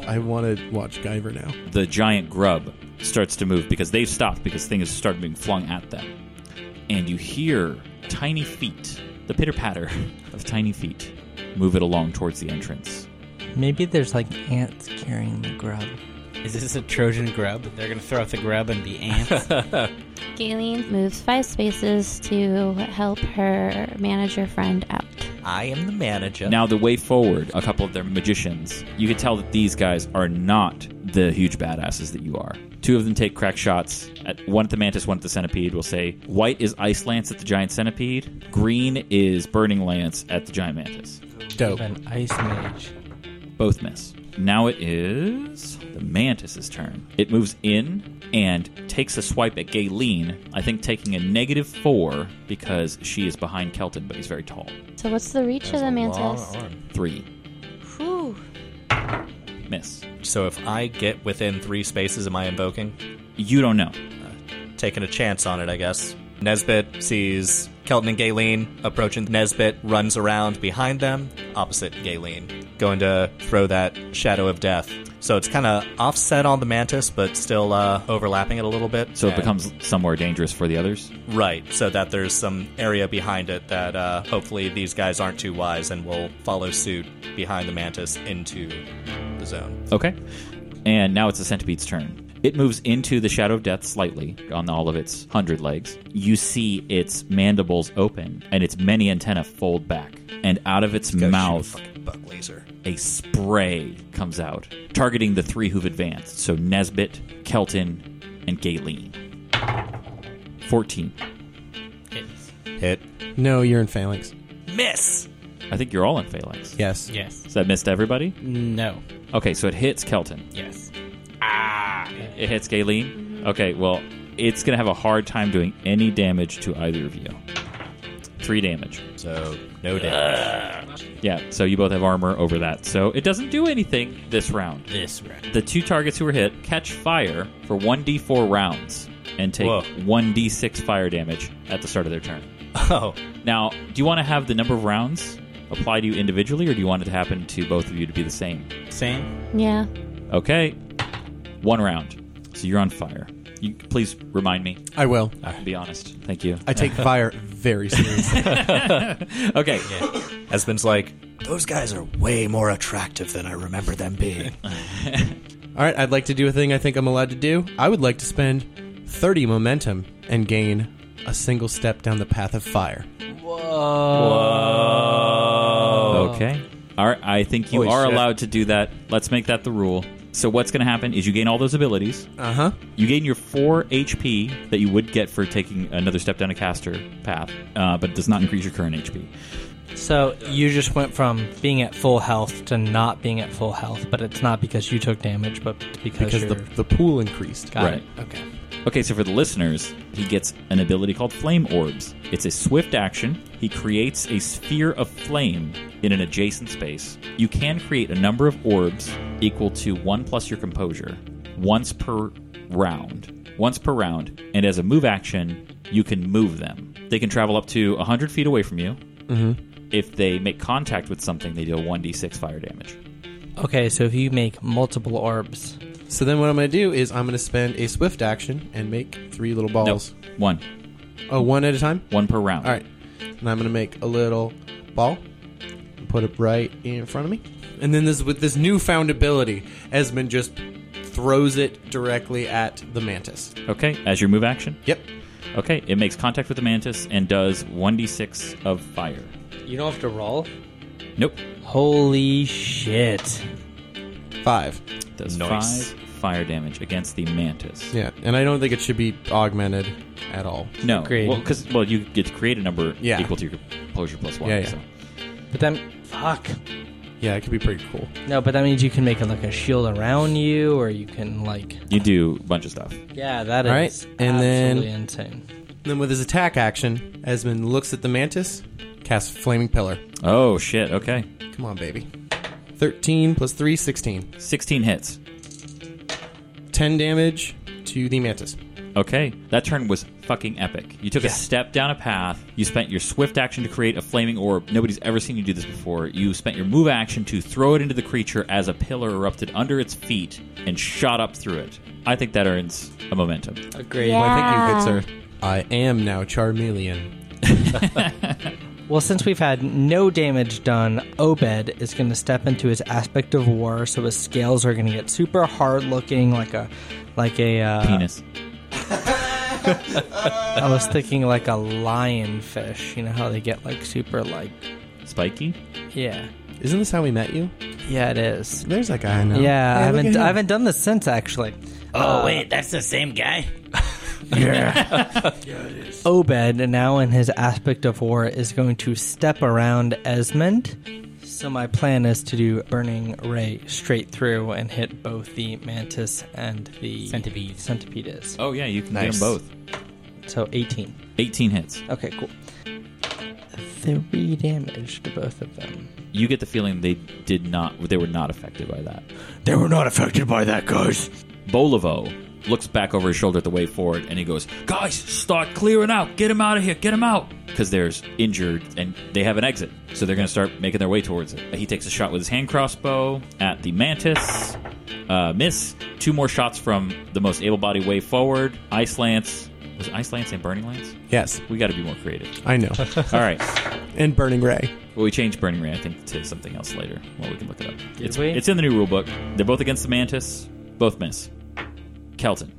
[SPEAKER 6] I want to watch Guyver now.
[SPEAKER 3] The giant grub starts to move because they've stopped because things start being flung at them. And you hear tiny feet, the pitter patter of tiny feet, move it along towards the entrance.
[SPEAKER 7] Maybe there's like ants carrying the grub.
[SPEAKER 4] Is this a Trojan grub? They're gonna throw out the grub and be ants.
[SPEAKER 5] Galen moves five spaces to help her manager friend out.
[SPEAKER 8] I am the manager.
[SPEAKER 3] Now, the way forward, a couple of their magicians, you can tell that these guys are not the huge badasses that you are. Two of them take crack shots at one at the mantis, one at the centipede. We'll say white is ice lance at the giant centipede, green is burning lance at the giant mantis.
[SPEAKER 4] Oh.
[SPEAKER 6] Dope.
[SPEAKER 7] An ice mage.
[SPEAKER 3] Both miss. Now it is the mantis's turn. It moves in and takes a swipe at Galen, I think taking a negative four because she is behind Kelton, but he's very tall.
[SPEAKER 5] So what's the reach of the mantis?
[SPEAKER 3] Three.
[SPEAKER 5] Whew.
[SPEAKER 3] Miss.
[SPEAKER 8] So if I get within three spaces, am I invoking?
[SPEAKER 3] You don't know.
[SPEAKER 8] Taking a chance on it, I guess. Nesbit sees Kelton and Galen approaching. Nesbit runs around behind them, opposite Galen, going to throw that shadow of death. So it's kind of offset on the mantis, but still uh, overlapping it a little bit.
[SPEAKER 3] So it
[SPEAKER 8] And-
[SPEAKER 3] becomes somewhere dangerous for the others.
[SPEAKER 8] right, so that there's some area behind it that uh, hopefully these guys aren't too wise and will follow suit behind the mantis into the zone.
[SPEAKER 3] Okay. And now it's the centipede's turn. It moves into the Shadow of Death slightly on all of its hundred legs. You see its mandibles open and its many antennae fold back. And out of its
[SPEAKER 8] Go shoot a
[SPEAKER 3] mouth,
[SPEAKER 8] fucking buck laser.
[SPEAKER 3] a spray comes out, targeting the three who've advanced. So Nesbit, Kelton, and Galen. 14.
[SPEAKER 4] It's-
[SPEAKER 8] Hit.
[SPEAKER 6] No, you're in phalanx.
[SPEAKER 8] Miss.
[SPEAKER 3] I think you're all in Phalanx.
[SPEAKER 6] Yes.
[SPEAKER 4] yes.
[SPEAKER 3] Does that miss to everybody?
[SPEAKER 4] No.
[SPEAKER 3] Okay, so it hits Kelton.
[SPEAKER 4] Yes.
[SPEAKER 3] It hits Galen. Okay, well, it's going to have a hard time doing any damage to either of you. Three damage.
[SPEAKER 8] So no damage.
[SPEAKER 3] Yeah, so you both have armor over that. So it doesn't do anything this round.
[SPEAKER 4] This round.
[SPEAKER 3] The two targets who were hit catch fire for 1d4 rounds and take
[SPEAKER 8] Whoa.
[SPEAKER 3] 1d6 fire damage at the start of their turn.
[SPEAKER 8] Oh,
[SPEAKER 3] Now, do you want to have the number of rounds apply to you individually, or do you want it to happen to both of you to be the same?
[SPEAKER 4] Same.
[SPEAKER 5] Yeah.
[SPEAKER 3] Okay, one round. So you're on fire. You please remind me.
[SPEAKER 6] I will.
[SPEAKER 3] Be honest. Thank you.
[SPEAKER 6] I take fire very seriously.
[SPEAKER 3] Okay.
[SPEAKER 8] Esmond's like, those guys are way more attractive than I remember them being.
[SPEAKER 6] All right, I'd like to do a thing I think I'm allowed to do. I would like to spend 30 momentum and gain a single step down the path of fire.
[SPEAKER 3] Okay. All right. I think you
[SPEAKER 6] Holy
[SPEAKER 3] are
[SPEAKER 6] shit.
[SPEAKER 3] allowed to do that. Let's make that the rule. So what's going to happen is you gain all those abilities.
[SPEAKER 6] Uh huh.
[SPEAKER 3] You gain your four HP that you would get for taking another step down a caster path, uh, but it does not increase your current HP.
[SPEAKER 7] So you just went from being at full health to not being at full health, but it's not because you took damage, but because,
[SPEAKER 6] Because
[SPEAKER 7] you're.
[SPEAKER 6] the, the pool increased.
[SPEAKER 7] Got
[SPEAKER 3] Right.
[SPEAKER 7] it. Okay.
[SPEAKER 3] Okay, so for the listeners, he gets an ability called Flame Orbs. It's a swift action. He creates a sphere of flame in an adjacent space. You can create a number of orbs equal to one plus your composure. once per round. Once per round. And as a move action, you can move them. They can travel up to 100 feet away from you.
[SPEAKER 6] Mm-hmm.
[SPEAKER 3] If they make contact with something, they deal 1d6 fire damage.
[SPEAKER 7] Okay, so if you make multiple orbs,
[SPEAKER 6] So then what I'm going to do is I'm going to spend a swift action and make three little balls.
[SPEAKER 3] No, one.
[SPEAKER 6] Oh, one at a time?
[SPEAKER 3] One per round.
[SPEAKER 6] All right. And I'm going to make a little ball and put it right in front of me. And then this with this newfound ability, Esmond just throws it directly at the mantis.
[SPEAKER 3] Okay, as your move action.
[SPEAKER 6] Yep.
[SPEAKER 3] Okay, it makes contact with the mantis and does 1d6 of fire.
[SPEAKER 4] You don't have to roll.
[SPEAKER 3] Nope.
[SPEAKER 4] Holy shit!
[SPEAKER 6] Five.
[SPEAKER 3] Does
[SPEAKER 8] Nice.
[SPEAKER 3] five fire damage against the mantis.
[SPEAKER 6] Yeah. And I don't think it should be augmented at all.
[SPEAKER 3] No,
[SPEAKER 4] Great.
[SPEAKER 3] well, because well, you get to create a number
[SPEAKER 6] Yeah.
[SPEAKER 3] equal to your composure plus one.
[SPEAKER 6] Yeah, yeah.
[SPEAKER 3] So.
[SPEAKER 7] but then fuck.
[SPEAKER 6] Yeah, it could be pretty cool.
[SPEAKER 7] No, but that means you can make a, like a shield around you, or you can like
[SPEAKER 3] You do a bunch of stuff.
[SPEAKER 7] yeah, that is
[SPEAKER 6] All right, and then-
[SPEAKER 7] absolutely insane.
[SPEAKER 6] Then with his attack action, Esmond looks at the mantis, casts Flaming Pillar.
[SPEAKER 3] Oh shit! Okay,
[SPEAKER 6] Come on, baby. 13 plus 3, 16.
[SPEAKER 3] sixteen hits.
[SPEAKER 6] 10 damage to the mantis.
[SPEAKER 3] Okay, that turn was fucking epic. You took a step down a path. You spent your swift action to create a flaming orb. Nobody's ever seen you do this before. You spent your move action to throw it into the creature as a pillar erupted under its feet and shot up through it. I think that earns a momentum.
[SPEAKER 4] Agreed.
[SPEAKER 5] Yeah. Ah.
[SPEAKER 6] Well, thank you, good sir. I am now Charmeleon.
[SPEAKER 7] Well, since we've had no damage done, Obed is going to step into his aspect of war, so his scales are going to get super hard looking, like a like a. Uh,
[SPEAKER 3] Penis.
[SPEAKER 7] I was
[SPEAKER 4] Uh,
[SPEAKER 7] thinking like a lionfish. You know how they get like super like
[SPEAKER 3] Spiky.
[SPEAKER 7] yeah,
[SPEAKER 6] Isn't this how we met you?
[SPEAKER 7] yeah it is.
[SPEAKER 6] There's that guy I know.
[SPEAKER 7] Yeah, I
[SPEAKER 6] Hey, look at
[SPEAKER 7] haven't
[SPEAKER 6] him.
[SPEAKER 7] I haven't done this since actually. Uh,
[SPEAKER 4] Oh wait, that's the same guy.
[SPEAKER 7] Obed, now in his aspect of war, is going to step around Esmond. So my plan is to do Burning Ray straight through and hit both the Mantis and the
[SPEAKER 4] Centipede.
[SPEAKER 7] Centipede is.
[SPEAKER 3] Oh yeah, you can
[SPEAKER 8] Nice.
[SPEAKER 3] get 'em both.
[SPEAKER 7] So 18.
[SPEAKER 3] Eighteen hits.
[SPEAKER 7] Okay, cool. Three damage to both of them.
[SPEAKER 3] You get the feeling they did not. They were not affected by that.
[SPEAKER 4] They were not affected by that, guys.
[SPEAKER 3] Bolivo looks back over his shoulder at the way forward and he goes, Guys, start clearing out. Get him out of here. Get him out. Because there's injured and they have an exit. So they're going to start making their way towards it. He takes a shot with his hand crossbow at the mantis. Uh, miss. Two more shots from the most able bodied way forward. Ice Lance. Was it Ice Lance and Burning Lance?
[SPEAKER 6] Yes,
[SPEAKER 3] We got to be more creative.
[SPEAKER 6] I know.
[SPEAKER 3] All right.
[SPEAKER 6] and Burning Ray.
[SPEAKER 3] Well, we changed Burning Ray, I think, to something else later. Well, we can look it up. it's,
[SPEAKER 7] we?
[SPEAKER 3] it's in the new rule book. They're both against the mantis. Both miss. Kelton.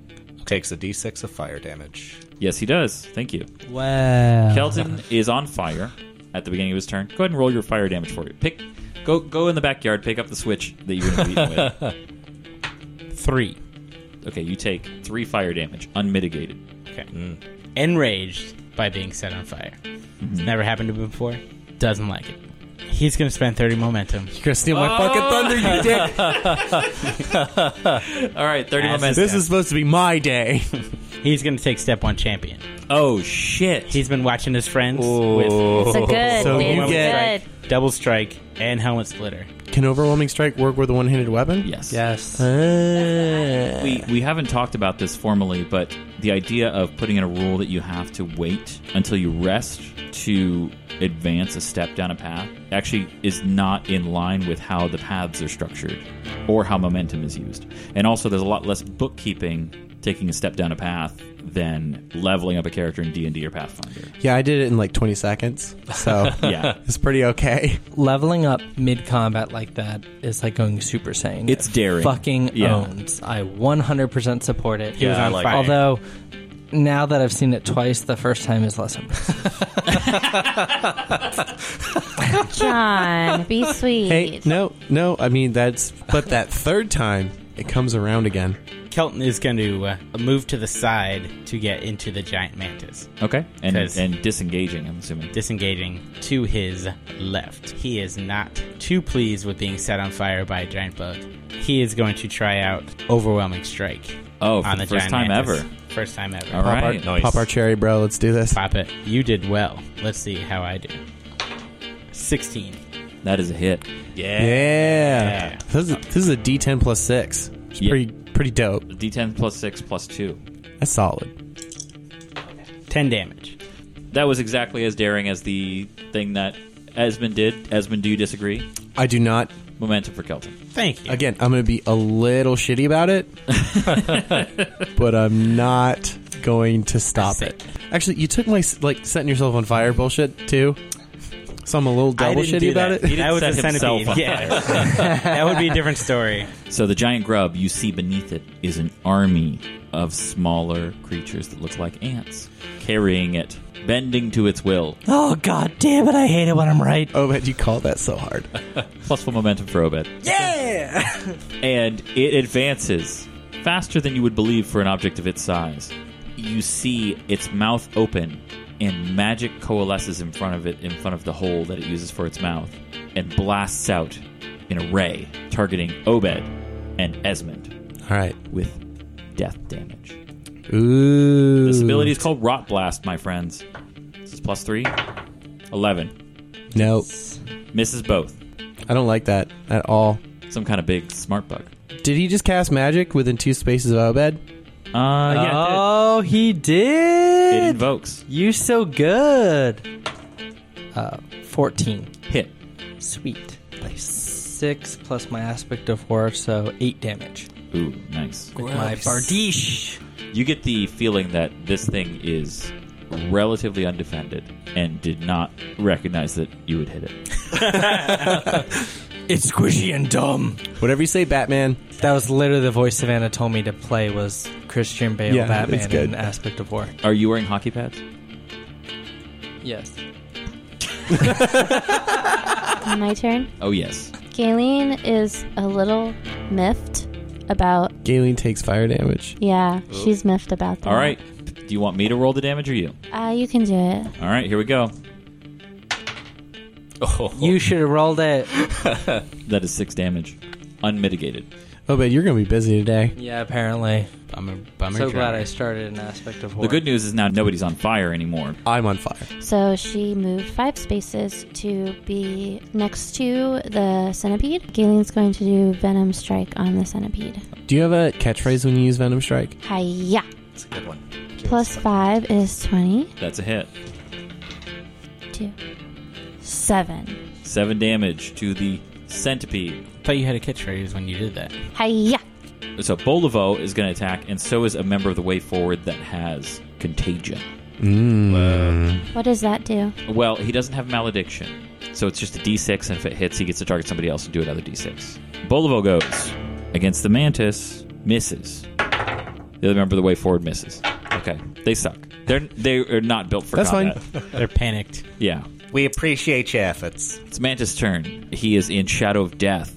[SPEAKER 8] Takes a d6 of fire damage.
[SPEAKER 3] Yes, he does. Thank you.
[SPEAKER 7] Uh-huh. Wow.
[SPEAKER 3] Kelton is on fire at the beginning of his turn. Go ahead and roll your fire damage for you. Pick, go, go in the backyard. Pick up the switch that you're going to beat with.
[SPEAKER 4] Three.
[SPEAKER 3] Okay, you take three fire damage, unmitigated.
[SPEAKER 4] Okay. Enraged by being set on fire. It's
[SPEAKER 3] Mm-hmm.
[SPEAKER 4] never happened to him before. Doesn't like it. He's gonna spend thirty momentum.
[SPEAKER 6] You're gonna steal my
[SPEAKER 4] Oh!
[SPEAKER 6] fucking thunder, you dick!
[SPEAKER 3] All right, thirty
[SPEAKER 4] As
[SPEAKER 3] momentum.
[SPEAKER 6] this is supposed to be my day.
[SPEAKER 4] He's gonna take step one champion.
[SPEAKER 3] oh shit.
[SPEAKER 4] He's been watching his friends
[SPEAKER 5] It's a good.
[SPEAKER 6] So
[SPEAKER 5] it's
[SPEAKER 6] you get-
[SPEAKER 5] good.
[SPEAKER 4] with double strike and helmet splitter.
[SPEAKER 6] Can overwhelming strike work with a one-handed weapon?
[SPEAKER 3] yes.
[SPEAKER 7] Yes.
[SPEAKER 6] Uh,
[SPEAKER 3] We we haven't talked about this formally, but the idea of putting in a rule that you have to wait until you rest to advance a step down a path actually is not in line with how the paths are structured or how momentum is used. And also there's a lot less bookkeeping taking a step down a path than leveling up a character in D&D or Pathfinder.
[SPEAKER 6] yeah, I did it in like 20 seconds, so
[SPEAKER 3] Yeah.
[SPEAKER 6] it's pretty okay.
[SPEAKER 7] Leveling up mid combat like that is like going Super Saiyan.
[SPEAKER 3] It's
[SPEAKER 7] It
[SPEAKER 3] daring.
[SPEAKER 7] Fucking
[SPEAKER 3] Yeah.
[SPEAKER 7] owns. I 100% support it.
[SPEAKER 8] Yeah, I like it.
[SPEAKER 7] Although, now that I've seen it twice, the first time is less impressive.
[SPEAKER 5] John, be sweet.
[SPEAKER 6] Hey, no, no, I mean that's. But that third time, it comes around again.
[SPEAKER 4] Kelton is going to uh, move to the side to get into the giant mantis,
[SPEAKER 3] Okay? And
[SPEAKER 4] 'Cause-
[SPEAKER 3] and disengaging, I'm assuming.
[SPEAKER 4] disengaging to his left. He is not too pleased with being set on fire by a giant bug. He is going to try out overwhelming strike
[SPEAKER 3] Oh, for
[SPEAKER 4] on
[SPEAKER 3] the
[SPEAKER 4] the,
[SPEAKER 3] first
[SPEAKER 4] giant
[SPEAKER 3] time
[SPEAKER 4] mantis.
[SPEAKER 3] ever.
[SPEAKER 4] First time ever.
[SPEAKER 3] All
[SPEAKER 6] Pop,
[SPEAKER 3] right.
[SPEAKER 6] our,
[SPEAKER 8] nice.
[SPEAKER 6] pop our cherry, bro. Let's do this.
[SPEAKER 4] Pop it. You did well. Let's see how I do. 16.
[SPEAKER 3] That is a hit.
[SPEAKER 6] Yeah. This, is, this is a D10 plus six. It's
[SPEAKER 3] Yeah.
[SPEAKER 6] pretty Pretty dope.
[SPEAKER 3] D10 plus 6 plus 2.
[SPEAKER 6] That's solid.
[SPEAKER 4] 10 damage.
[SPEAKER 3] That was exactly as daring as the thing that Esmond did. Esmond, do you disagree?
[SPEAKER 6] I do not.
[SPEAKER 3] Momentum for Kelton.
[SPEAKER 4] Thank you.
[SPEAKER 6] Again, I'm going to be a little shitty about it, but I'm not going to stop
[SPEAKER 4] That's
[SPEAKER 6] it. Actually, you took my s- like setting yourself on fire bullshit too, so I'm a little double
[SPEAKER 4] didn't
[SPEAKER 6] shitty
[SPEAKER 4] do
[SPEAKER 6] about
[SPEAKER 4] that.
[SPEAKER 6] it.
[SPEAKER 4] He didn't
[SPEAKER 3] set
[SPEAKER 4] the
[SPEAKER 3] himself
[SPEAKER 4] centipede.
[SPEAKER 3] on
[SPEAKER 4] yeah. that would be a different story.
[SPEAKER 3] So the giant grub you see beneath it is an army of smaller creatures that look like ants, carrying it, bending to its will.
[SPEAKER 7] Oh god damn it! I hate it when I'm right.
[SPEAKER 6] Oh, man, you called that so hard.
[SPEAKER 3] Plus full momentum for Obed.
[SPEAKER 7] Yeah.
[SPEAKER 3] and it advances faster than you would believe for an object of its size. You see its mouth open, and magic coalesces in front of it, in front of the hole that it uses for its mouth, and blasts out in a ray, targeting Obed and Esmond
[SPEAKER 6] All right.
[SPEAKER 3] with death damage.
[SPEAKER 6] Ooh.
[SPEAKER 3] This ability is called Rot Blast, my friends. This is plus three. 11.
[SPEAKER 6] No,
[SPEAKER 3] Misses both.
[SPEAKER 6] I don't like that at all.
[SPEAKER 3] Some kind of big smart bug.
[SPEAKER 6] Did he just cast magic within two spaces of Obed?
[SPEAKER 3] Uh, yeah,
[SPEAKER 7] oh, he
[SPEAKER 3] it, did. it
[SPEAKER 7] did.
[SPEAKER 3] invokes.
[SPEAKER 7] You're so good. Uh, fourteen.
[SPEAKER 3] Hit.
[SPEAKER 7] Sweet. Six plus my aspect of war, so eight damage.
[SPEAKER 3] Ooh, nice.
[SPEAKER 7] With my bardiche.
[SPEAKER 3] You get the feeling that this thing is relatively undefended and did not recognize that you would hit it.
[SPEAKER 7] It's squishy and dumb.
[SPEAKER 6] Whatever you say, Batman.
[SPEAKER 7] That was literally the voice Savannah told me to play was Christian Bale
[SPEAKER 6] Yeah, it's
[SPEAKER 7] Batman
[SPEAKER 6] good.
[SPEAKER 7] in Aspect of War.
[SPEAKER 3] Are you wearing hockey pads?
[SPEAKER 7] Yes.
[SPEAKER 5] My turn.
[SPEAKER 3] Oh, yes.
[SPEAKER 5] Galeen is a little miffed about.
[SPEAKER 6] Galen takes fire damage.
[SPEAKER 5] Yeah, she's miffed about that.
[SPEAKER 3] All right. Do you want me to roll the damage or you?
[SPEAKER 5] Uh, you can do it.
[SPEAKER 3] All right, here we go.
[SPEAKER 8] Oh,
[SPEAKER 7] You should have rolled it.
[SPEAKER 3] That is six damage. Unmitigated.
[SPEAKER 6] Obed, you're going to be busy today.
[SPEAKER 7] Yeah, apparently.
[SPEAKER 4] I'm a bummer.
[SPEAKER 7] so glad
[SPEAKER 4] driver.
[SPEAKER 7] I started an Aspect of War.
[SPEAKER 3] The good news is now nobody's on fire anymore.
[SPEAKER 6] I'm on fire.
[SPEAKER 5] So she moved five spaces to be next to the centipede. Galen's going to do Venom Strike on the centipede.
[SPEAKER 6] Do you have a catchphrase when you use Venom Strike?
[SPEAKER 5] Hiya!
[SPEAKER 8] that's a good one.
[SPEAKER 5] Plus five is 20.
[SPEAKER 3] That's a hit.
[SPEAKER 5] Two. Seven.
[SPEAKER 3] Seven damage to the centipede.
[SPEAKER 4] thought you had a catchphrase when you did that.
[SPEAKER 5] Hiya!
[SPEAKER 3] So Bolivo is going to attack, and so is a member of the way forward that has contagion.
[SPEAKER 7] Hmm.
[SPEAKER 5] What does that do?
[SPEAKER 3] Well, he doesn't have malediction. So it's just a d6, and if it hits, he gets to target somebody else and do another d6. Bolivo goes against the mantis, misses. The other member of the way forward misses. Okay, they suck. They're they are not built for
[SPEAKER 6] That's
[SPEAKER 3] combat.
[SPEAKER 4] They're panicked.
[SPEAKER 3] Yeah,
[SPEAKER 8] We appreciate your efforts.
[SPEAKER 3] it's mantis' turn. He is in shadow of death.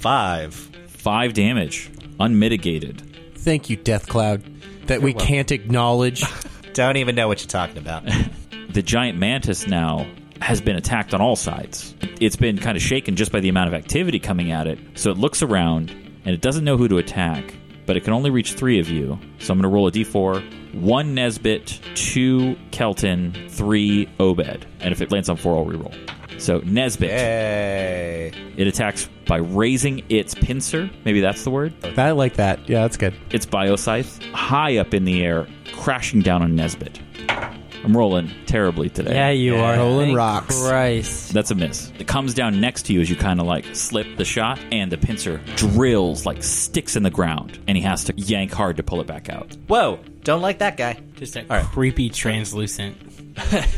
[SPEAKER 8] Five.
[SPEAKER 3] Five damage, unmitigated.
[SPEAKER 6] Thank you, Death Cloud, that we can't acknowledge.
[SPEAKER 8] Don't even know what you're talking about.
[SPEAKER 3] The giant mantis now has been attacked on all sides. It's been kind of shaken just by the amount of activity coming at it. So it looks around and it doesn't know who to attack, but it can only reach three of you. So I'm going to roll a d4. One Nesbit, two Kelton, three Obed. And if it lands on four, I'll reroll. So Nesbit,
[SPEAKER 8] Hey.
[SPEAKER 3] it attacks by raising its pincer. Maybe that's the word.
[SPEAKER 6] I like that. Yeah, that's good.
[SPEAKER 3] Its bioscythe high up in the air, crashing down on Nesbit. I'm rolling terribly today.
[SPEAKER 7] Yeah, you are.
[SPEAKER 6] Rolling
[SPEAKER 7] Thank
[SPEAKER 6] rocks.
[SPEAKER 7] Christ.
[SPEAKER 3] That's a miss. It comes down next to you as you kind of like slip the shot, and the pincer drills like sticks in the ground, and he has to yank hard to pull it back out.
[SPEAKER 8] Whoa. Don't like that guy.
[SPEAKER 4] Just that creepy translucent.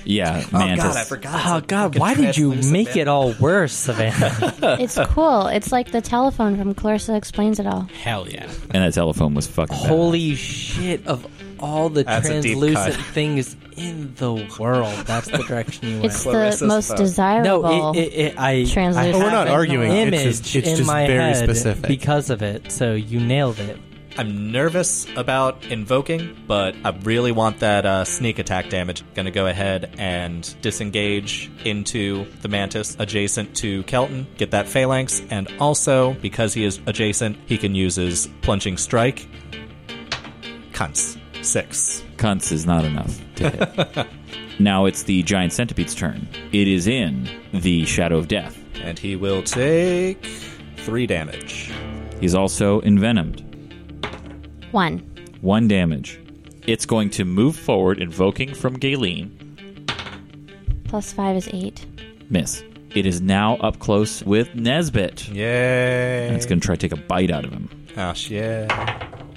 [SPEAKER 3] Yeah, mantis.
[SPEAKER 8] Oh, God, I forgot.
[SPEAKER 7] Oh god, why did you make it all worse, Savannah?
[SPEAKER 5] It's cool. It's like the telephone from Clarissa Explains It All.
[SPEAKER 4] Hell yeah.
[SPEAKER 3] And that telephone was fucking bad.
[SPEAKER 7] Holy shit of all the
[SPEAKER 8] That's a deep
[SPEAKER 7] translucent
[SPEAKER 8] cut.
[SPEAKER 7] things in the world. That's the direction you went.
[SPEAKER 5] It's
[SPEAKER 8] Clarissa's
[SPEAKER 5] the most
[SPEAKER 8] phone.
[SPEAKER 5] desirable.
[SPEAKER 7] No, it, it, it, I, I
[SPEAKER 5] Translucent. Oh, we're
[SPEAKER 7] have
[SPEAKER 5] not
[SPEAKER 7] an
[SPEAKER 6] arguing. It's
[SPEAKER 7] Image
[SPEAKER 6] just- it's
[SPEAKER 7] in
[SPEAKER 6] just
[SPEAKER 7] my
[SPEAKER 6] very
[SPEAKER 7] head
[SPEAKER 6] specific.
[SPEAKER 7] because of it. So you nailed it.
[SPEAKER 8] I'm nervous about invoking, but I really want that uh, sneak attack damage. Gonna go ahead and disengage into the mantis adjacent to Kelton, get that phalanx, and also, because he is adjacent, he can use his plunging strike. Cunts. Six.
[SPEAKER 3] Cunts is not enough to hit. now it's the giant centipede's turn. It is in the shadow of death.
[SPEAKER 8] And he will take three damage.
[SPEAKER 3] He's also envenomed.
[SPEAKER 5] One.
[SPEAKER 3] One damage. It's going to move forward, invoking from Galen.
[SPEAKER 5] Plus five is eight.
[SPEAKER 3] Miss. It is now up close with Nesbit.
[SPEAKER 8] Yay.
[SPEAKER 6] Oh,
[SPEAKER 3] And it's going to try to take a bite out of him.
[SPEAKER 8] Oh, shit.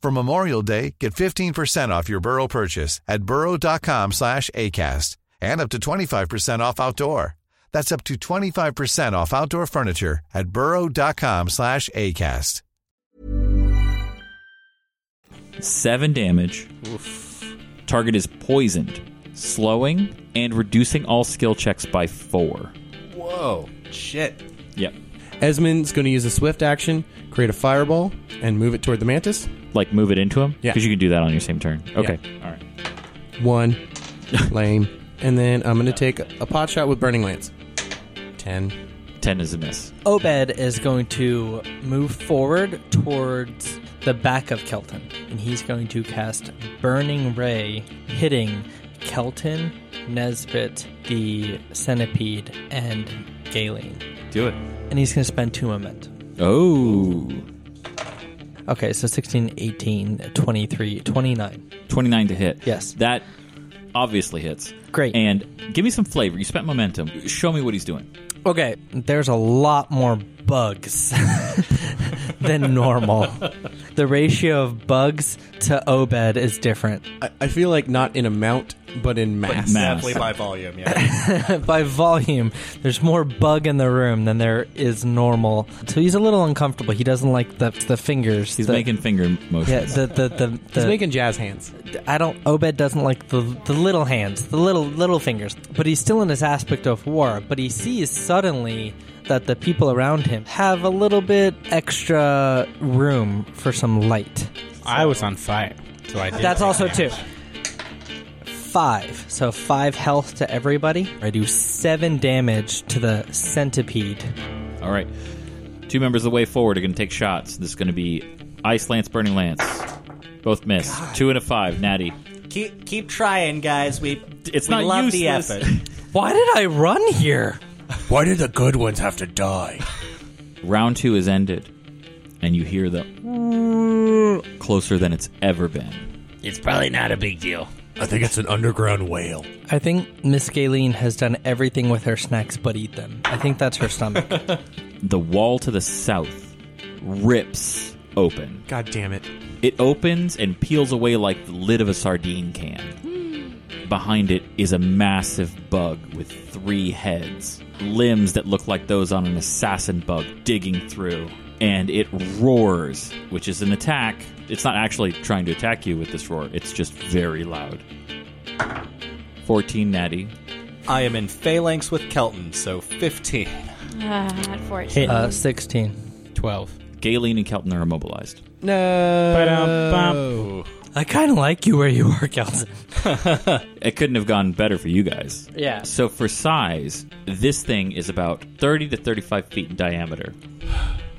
[SPEAKER 9] For Memorial Day, get 15% off your Burrow purchase at burrow.com/acast and up to 25% off outdoor. That's up to 25% off outdoor furniture at burrow.com/acast.
[SPEAKER 3] Seven damage. Target is poisoned, slowing, and reducing all skill checks by four.
[SPEAKER 8] Whoa. Shit.
[SPEAKER 3] Yep.
[SPEAKER 6] Esmond's going to use a swift action, create a fireball, and move it toward the mantis.
[SPEAKER 3] Like move it into him?
[SPEAKER 6] Yeah.
[SPEAKER 3] Because you can do that on your same turn. Okay. All right.
[SPEAKER 6] One, lame, and then I'm going to take a pot shot with burning lance. Ten.
[SPEAKER 3] 10 is a miss.
[SPEAKER 7] Obed is going to move forward towards the back of Kelton, and he's going to cast Burning Ray, hitting Kelton, Nesbit, the centipede, and Galen.
[SPEAKER 3] Do it.
[SPEAKER 7] And he's going to spend two momentum.
[SPEAKER 3] Oh.
[SPEAKER 7] Okay, so 16, 18, 23, 29.
[SPEAKER 3] 29 to hit.
[SPEAKER 7] Yes.
[SPEAKER 3] That obviously hits.
[SPEAKER 7] Great.
[SPEAKER 3] And give me some flavor. You spent momentum. Show me what he's doing.
[SPEAKER 7] Okay, there's a lot more bugs than normal. the ratio of bugs to Obed is different.
[SPEAKER 6] I, I feel like not in amount, but in mass.
[SPEAKER 3] Mass.
[SPEAKER 8] Definitely by volume, yeah.
[SPEAKER 7] By volume, there's more bug in the room than there is normal. So he's a little uncomfortable. He doesn't like the the fingers.
[SPEAKER 3] He's
[SPEAKER 7] the-
[SPEAKER 3] making finger motions.
[SPEAKER 7] yeah, the the the, the,
[SPEAKER 6] He's making jazz hands.
[SPEAKER 7] I don't. Obed doesn't like the the little hands, the little little fingers. But he's still in his aspect of war. But he sees suddenly that the people around him have a little bit extra room for some light.
[SPEAKER 4] I was on fire, so I did.
[SPEAKER 7] That's
[SPEAKER 4] take
[SPEAKER 7] also two.
[SPEAKER 4] damage.
[SPEAKER 7] Five. So five health to everybody. I do seven damage to the centipede.
[SPEAKER 3] All right. Two members of the way forward are going to take shots. This is going to be Ice Lance, Burning Lance. Both miss. Two and a five. Natty.
[SPEAKER 8] keep keep trying, guys. We
[SPEAKER 3] It's not useless.
[SPEAKER 7] Why did I run here?
[SPEAKER 6] Why do the good ones have to die?
[SPEAKER 3] Round two is ended, and you hear the closer than it's ever been.
[SPEAKER 4] It's probably not a big deal.
[SPEAKER 6] I think it's an underground whale.
[SPEAKER 7] I think Miss Galeen has done everything with her snacks but eat them. I think that's her stomach.
[SPEAKER 3] The wall to the south rips open.
[SPEAKER 6] God damn it.
[SPEAKER 3] It opens and peels away like the lid of a sardine can. Behind it is a massive bug with three heads, limbs that look like those on an assassin bug digging through. And it roars, which is an attack. It's not actually trying to attack you with this roar, it's just very loud. 14 natty.
[SPEAKER 8] I am in phalanx with Kelton, so 15.
[SPEAKER 5] Uh, 14.
[SPEAKER 7] Uh, 16.
[SPEAKER 4] Twelve.
[SPEAKER 3] Galen and Kelton are immobilized.
[SPEAKER 4] Ba-dum-bum.
[SPEAKER 7] I kind of like you where you are, Kelton.
[SPEAKER 3] It couldn't have gone better for you guys.
[SPEAKER 7] Yeah.
[SPEAKER 3] So for size, this thing is about 30 to 35 feet in diameter.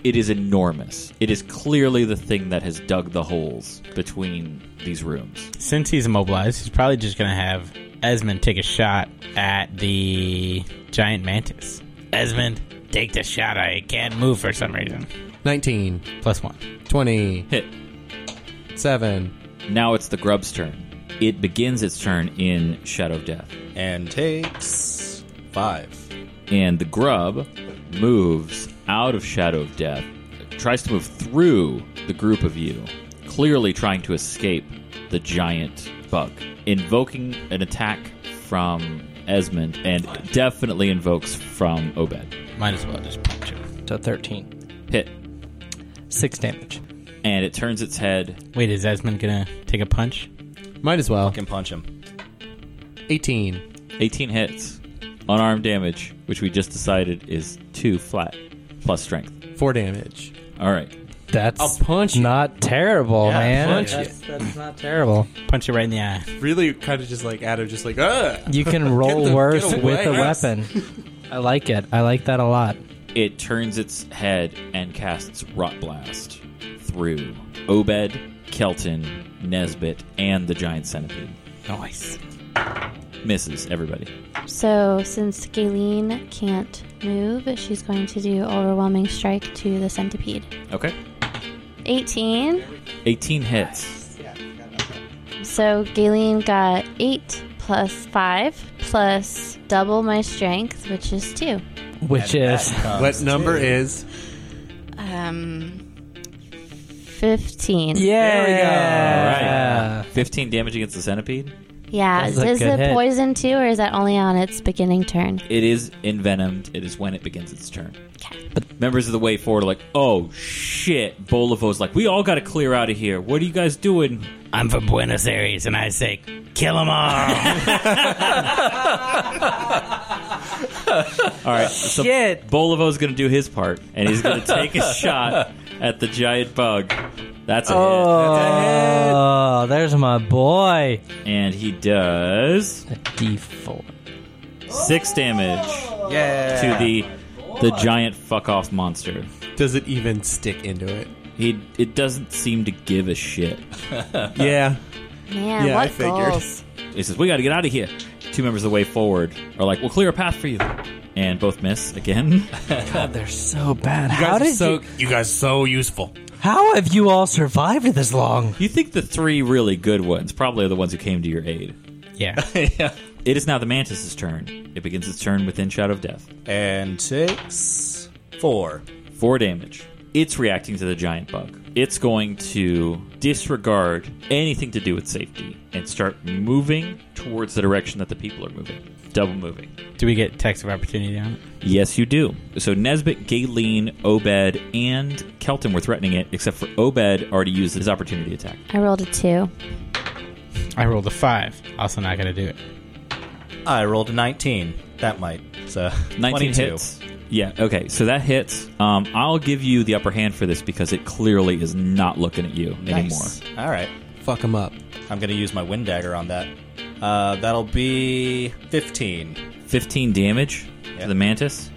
[SPEAKER 3] It is enormous. It is clearly the thing that has dug the holes between these rooms.
[SPEAKER 4] Since he's immobilized, he's probably just gonna have Esmond take a shot at the giant mantis. Esmond, take the shot. I can't move for some reason.
[SPEAKER 6] 19,
[SPEAKER 4] Plus one.
[SPEAKER 6] 20,
[SPEAKER 3] Hit.
[SPEAKER 6] 7.
[SPEAKER 3] Now it's the grub's turn. It begins its turn in Shadow of Death.
[SPEAKER 8] And takes 5.
[SPEAKER 3] And the grub moves out of Shadow of Death, tries to move through the group of you, clearly trying to escape the giant bug, invoking an attack from Esmond and definitely invokes from Obed.
[SPEAKER 4] Might as well just punch him.
[SPEAKER 7] to 13.
[SPEAKER 3] Hit.
[SPEAKER 7] Six damage.
[SPEAKER 3] And it turns its head.
[SPEAKER 4] Wait, is Esmond gonna take a punch?
[SPEAKER 6] Might as well.
[SPEAKER 8] Can punch him.
[SPEAKER 6] 18.
[SPEAKER 3] 18 hits. Unarmed damage, which we just decided is two flat plus strength.
[SPEAKER 6] 4 damage.
[SPEAKER 3] All right.
[SPEAKER 7] That's
[SPEAKER 6] I'll punch you.
[SPEAKER 7] not terrible, man.
[SPEAKER 6] punch you.
[SPEAKER 7] that's, that's not terrible.
[SPEAKER 4] Punch it right in the eye.
[SPEAKER 6] Really kind of just like out of just like, ugh.
[SPEAKER 7] You can roll
[SPEAKER 6] the-
[SPEAKER 7] worse
[SPEAKER 6] get
[SPEAKER 7] with a
[SPEAKER 6] away. Yes.
[SPEAKER 7] weapon. I like it. I like that a lot.
[SPEAKER 3] It turns its head and casts Rot Blast through Obed, Kelton, Nesbit, and the Giant Centipede.
[SPEAKER 4] Nice.
[SPEAKER 3] Misses everybody.
[SPEAKER 5] So, since Galen can't move, she's going to do overwhelming strike to the centipede.
[SPEAKER 3] Okay.
[SPEAKER 5] 18.
[SPEAKER 3] 18 hits.
[SPEAKER 5] So, Galen got 8 plus 5 plus double my strength, which is 2.
[SPEAKER 7] Which is
[SPEAKER 6] What number is?
[SPEAKER 5] Um, 15.
[SPEAKER 3] All
[SPEAKER 7] yeah.
[SPEAKER 3] right. 15 damage against the centipede.
[SPEAKER 5] Yeah,
[SPEAKER 7] That's
[SPEAKER 5] is
[SPEAKER 7] a
[SPEAKER 5] this
[SPEAKER 7] good
[SPEAKER 5] it
[SPEAKER 7] hit.
[SPEAKER 5] poison too, or is that only on its beginning turn?
[SPEAKER 3] It is envenomed. It is when it begins its turn.
[SPEAKER 5] Okay.
[SPEAKER 3] Members of the Way Forward are like, oh shit. Bolivo's like, we all got to clear out of here. What are you guys doing?
[SPEAKER 4] I'm from Buenos Aires, and I say, kill 'em all.
[SPEAKER 3] All right. So
[SPEAKER 7] Shit.
[SPEAKER 3] Bolivo's going to do his part, and he's going to take a shot at the giant bug. That's a
[SPEAKER 7] Oh, there's my boy.
[SPEAKER 3] hit. And he does
[SPEAKER 7] D4.
[SPEAKER 3] six damage to the the giant fuck off monster.
[SPEAKER 6] Does it even stick into it?
[SPEAKER 3] He it doesn't seem to give a shit.
[SPEAKER 6] Yeah.
[SPEAKER 5] Man,
[SPEAKER 6] Yeah, I
[SPEAKER 5] what
[SPEAKER 6] figured.
[SPEAKER 5] goals?
[SPEAKER 3] He says, "We got to get out of here." Two members of the way forward are like, "We'll clear a path for you," and both miss again.
[SPEAKER 7] God, they're so bad.
[SPEAKER 6] You guys
[SPEAKER 7] How
[SPEAKER 6] are
[SPEAKER 7] did
[SPEAKER 6] so
[SPEAKER 7] you?
[SPEAKER 6] you guys are so useful.
[SPEAKER 7] How have you all survived this long?
[SPEAKER 3] you think the three really good ones probably are the ones who came to your aid.
[SPEAKER 4] yeah.
[SPEAKER 3] It is now the mantis's turn. It begins its turn within shadow of death.
[SPEAKER 8] And takes four.
[SPEAKER 3] Four damage. It's reacting to the giant bug. It's going to disregard anything to do with safety and start moving towards the direction that the people are moving. Double moving.
[SPEAKER 4] Do we get text of opportunity on it?
[SPEAKER 3] Yes, you do. So Nesbit, Galen, Obed, and Kelton were threatening it, except for Obed already used his opportunity attack.
[SPEAKER 5] I rolled a 2.
[SPEAKER 4] I rolled a five. Also, not gonna do it.
[SPEAKER 8] I rolled a 19. That might. So
[SPEAKER 3] 19
[SPEAKER 8] 22.
[SPEAKER 3] hits. Yeah, okay, so that hits. Um, I'll give you the upper hand for this because it clearly is not looking at you anymore.
[SPEAKER 8] Nice. All right.
[SPEAKER 6] Fuck him up.
[SPEAKER 8] I'm going to use my wind dagger on that. Uh, that'll be 15.
[SPEAKER 3] 15 damage
[SPEAKER 8] Yeah.
[SPEAKER 3] to the mantis.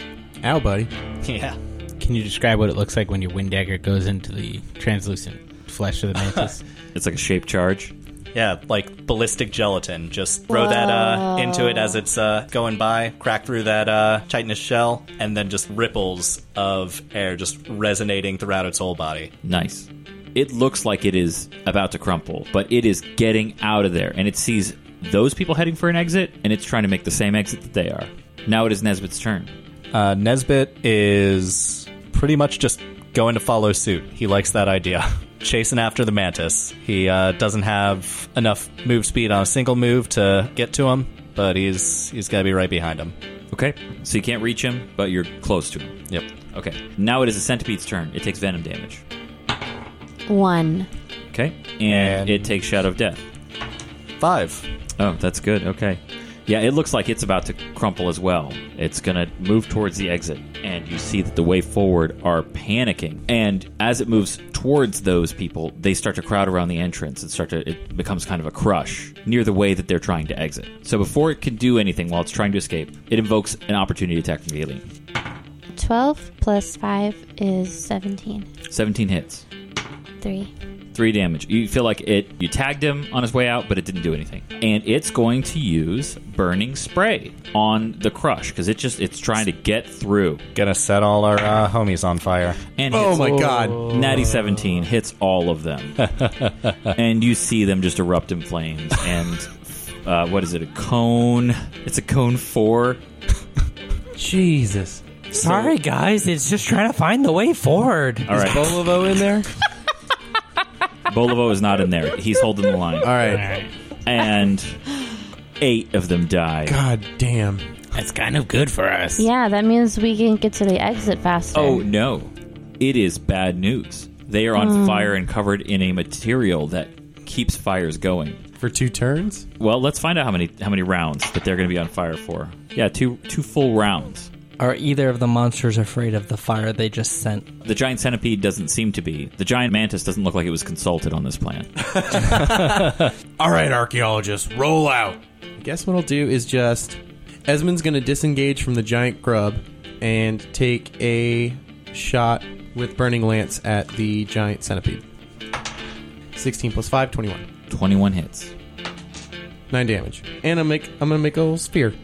[SPEAKER 6] Ow, buddy.
[SPEAKER 8] Yeah.
[SPEAKER 4] Can you describe what it looks like when your wind dagger goes into the translucent flesh of the mantis?
[SPEAKER 3] It's like a shape charge.
[SPEAKER 8] Yeah, like ballistic gelatin. Just throw that uh, into it as it's uh, going by, crack through that uh, chitinous shell, and then just ripples of air just resonating throughout its whole body.
[SPEAKER 3] Nice. It looks like it is about to crumple, but it is getting out of there, and it sees those people heading for an exit, and it's trying to make the same exit that they are. Now it is Nesbit's turn.
[SPEAKER 8] Uh, Nesbit is pretty much just going to follow suit. He likes that idea. Chasing after the mantis. He uh, doesn't have enough move speed on a single move to get to him, but he's he's got to be right behind him.
[SPEAKER 3] Okay. So you can't reach him, but you're close to him.
[SPEAKER 8] Yep.
[SPEAKER 3] Okay. Now it is the centipede's turn. It takes venom damage.
[SPEAKER 5] 1.
[SPEAKER 3] Okay. And,
[SPEAKER 8] And-
[SPEAKER 3] it takes shadow of death.
[SPEAKER 8] Five.
[SPEAKER 3] Oh, that's good. Okay. Yeah, it looks like it's about to crumple as well. It's going to move towards the exit, and you see that the way forward are panicking. And as it moves towards those people, they start to crowd around the entrance and start to, it becomes kind of a crush near the way that they're trying to exit. So before it can do anything while it's trying to escape, it invokes an opportunity attack from Galen.
[SPEAKER 5] 12 plus 5 is 17.
[SPEAKER 3] 17 hits.
[SPEAKER 5] 3.
[SPEAKER 3] three damage. You feel like it. You tagged him on his way out, but it didn't do anything. And it's going to use burning spray on the crush because it just it's trying to get through.
[SPEAKER 8] Gonna set all our uh, homies on fire.
[SPEAKER 3] And
[SPEAKER 6] Oh
[SPEAKER 3] hits
[SPEAKER 6] my god.
[SPEAKER 3] Natty 17 hits all of them. and you see them just erupt in flames. And uh, what is it? A cone? It's a cone four.
[SPEAKER 7] Jesus. Sorry, guys. It's just trying to find the way forward.
[SPEAKER 3] All right.
[SPEAKER 6] Bolivo in there?
[SPEAKER 3] Bolivo is not in there. He's holding the line.
[SPEAKER 6] All right.
[SPEAKER 3] And Eight of them die.
[SPEAKER 6] God damn.
[SPEAKER 2] That's kind of good for us.
[SPEAKER 5] Yeah, that means we can get to the exit faster.
[SPEAKER 3] Oh no. It is bad news. They are on fire and covered in a material that keeps fires going.
[SPEAKER 6] For two turns?
[SPEAKER 3] Well, let's find out how many how many rounds that they're going to be on fire for. Yeah, two two full rounds.
[SPEAKER 7] Are either of the monsters afraid of the fire they just sent?
[SPEAKER 3] The giant centipede doesn't seem to be. The giant mantis doesn't look like it was consulted on this plan.
[SPEAKER 6] All right, archaeologists, roll out. I guess what I'll do is just. Esmond's going to disengage from the giant grub and take a shot with Burning Lance at the giant centipede. 16 plus 5, 21.
[SPEAKER 3] 21 hits.
[SPEAKER 6] 9 damage. And I'm, make, I'm going to make a little spear.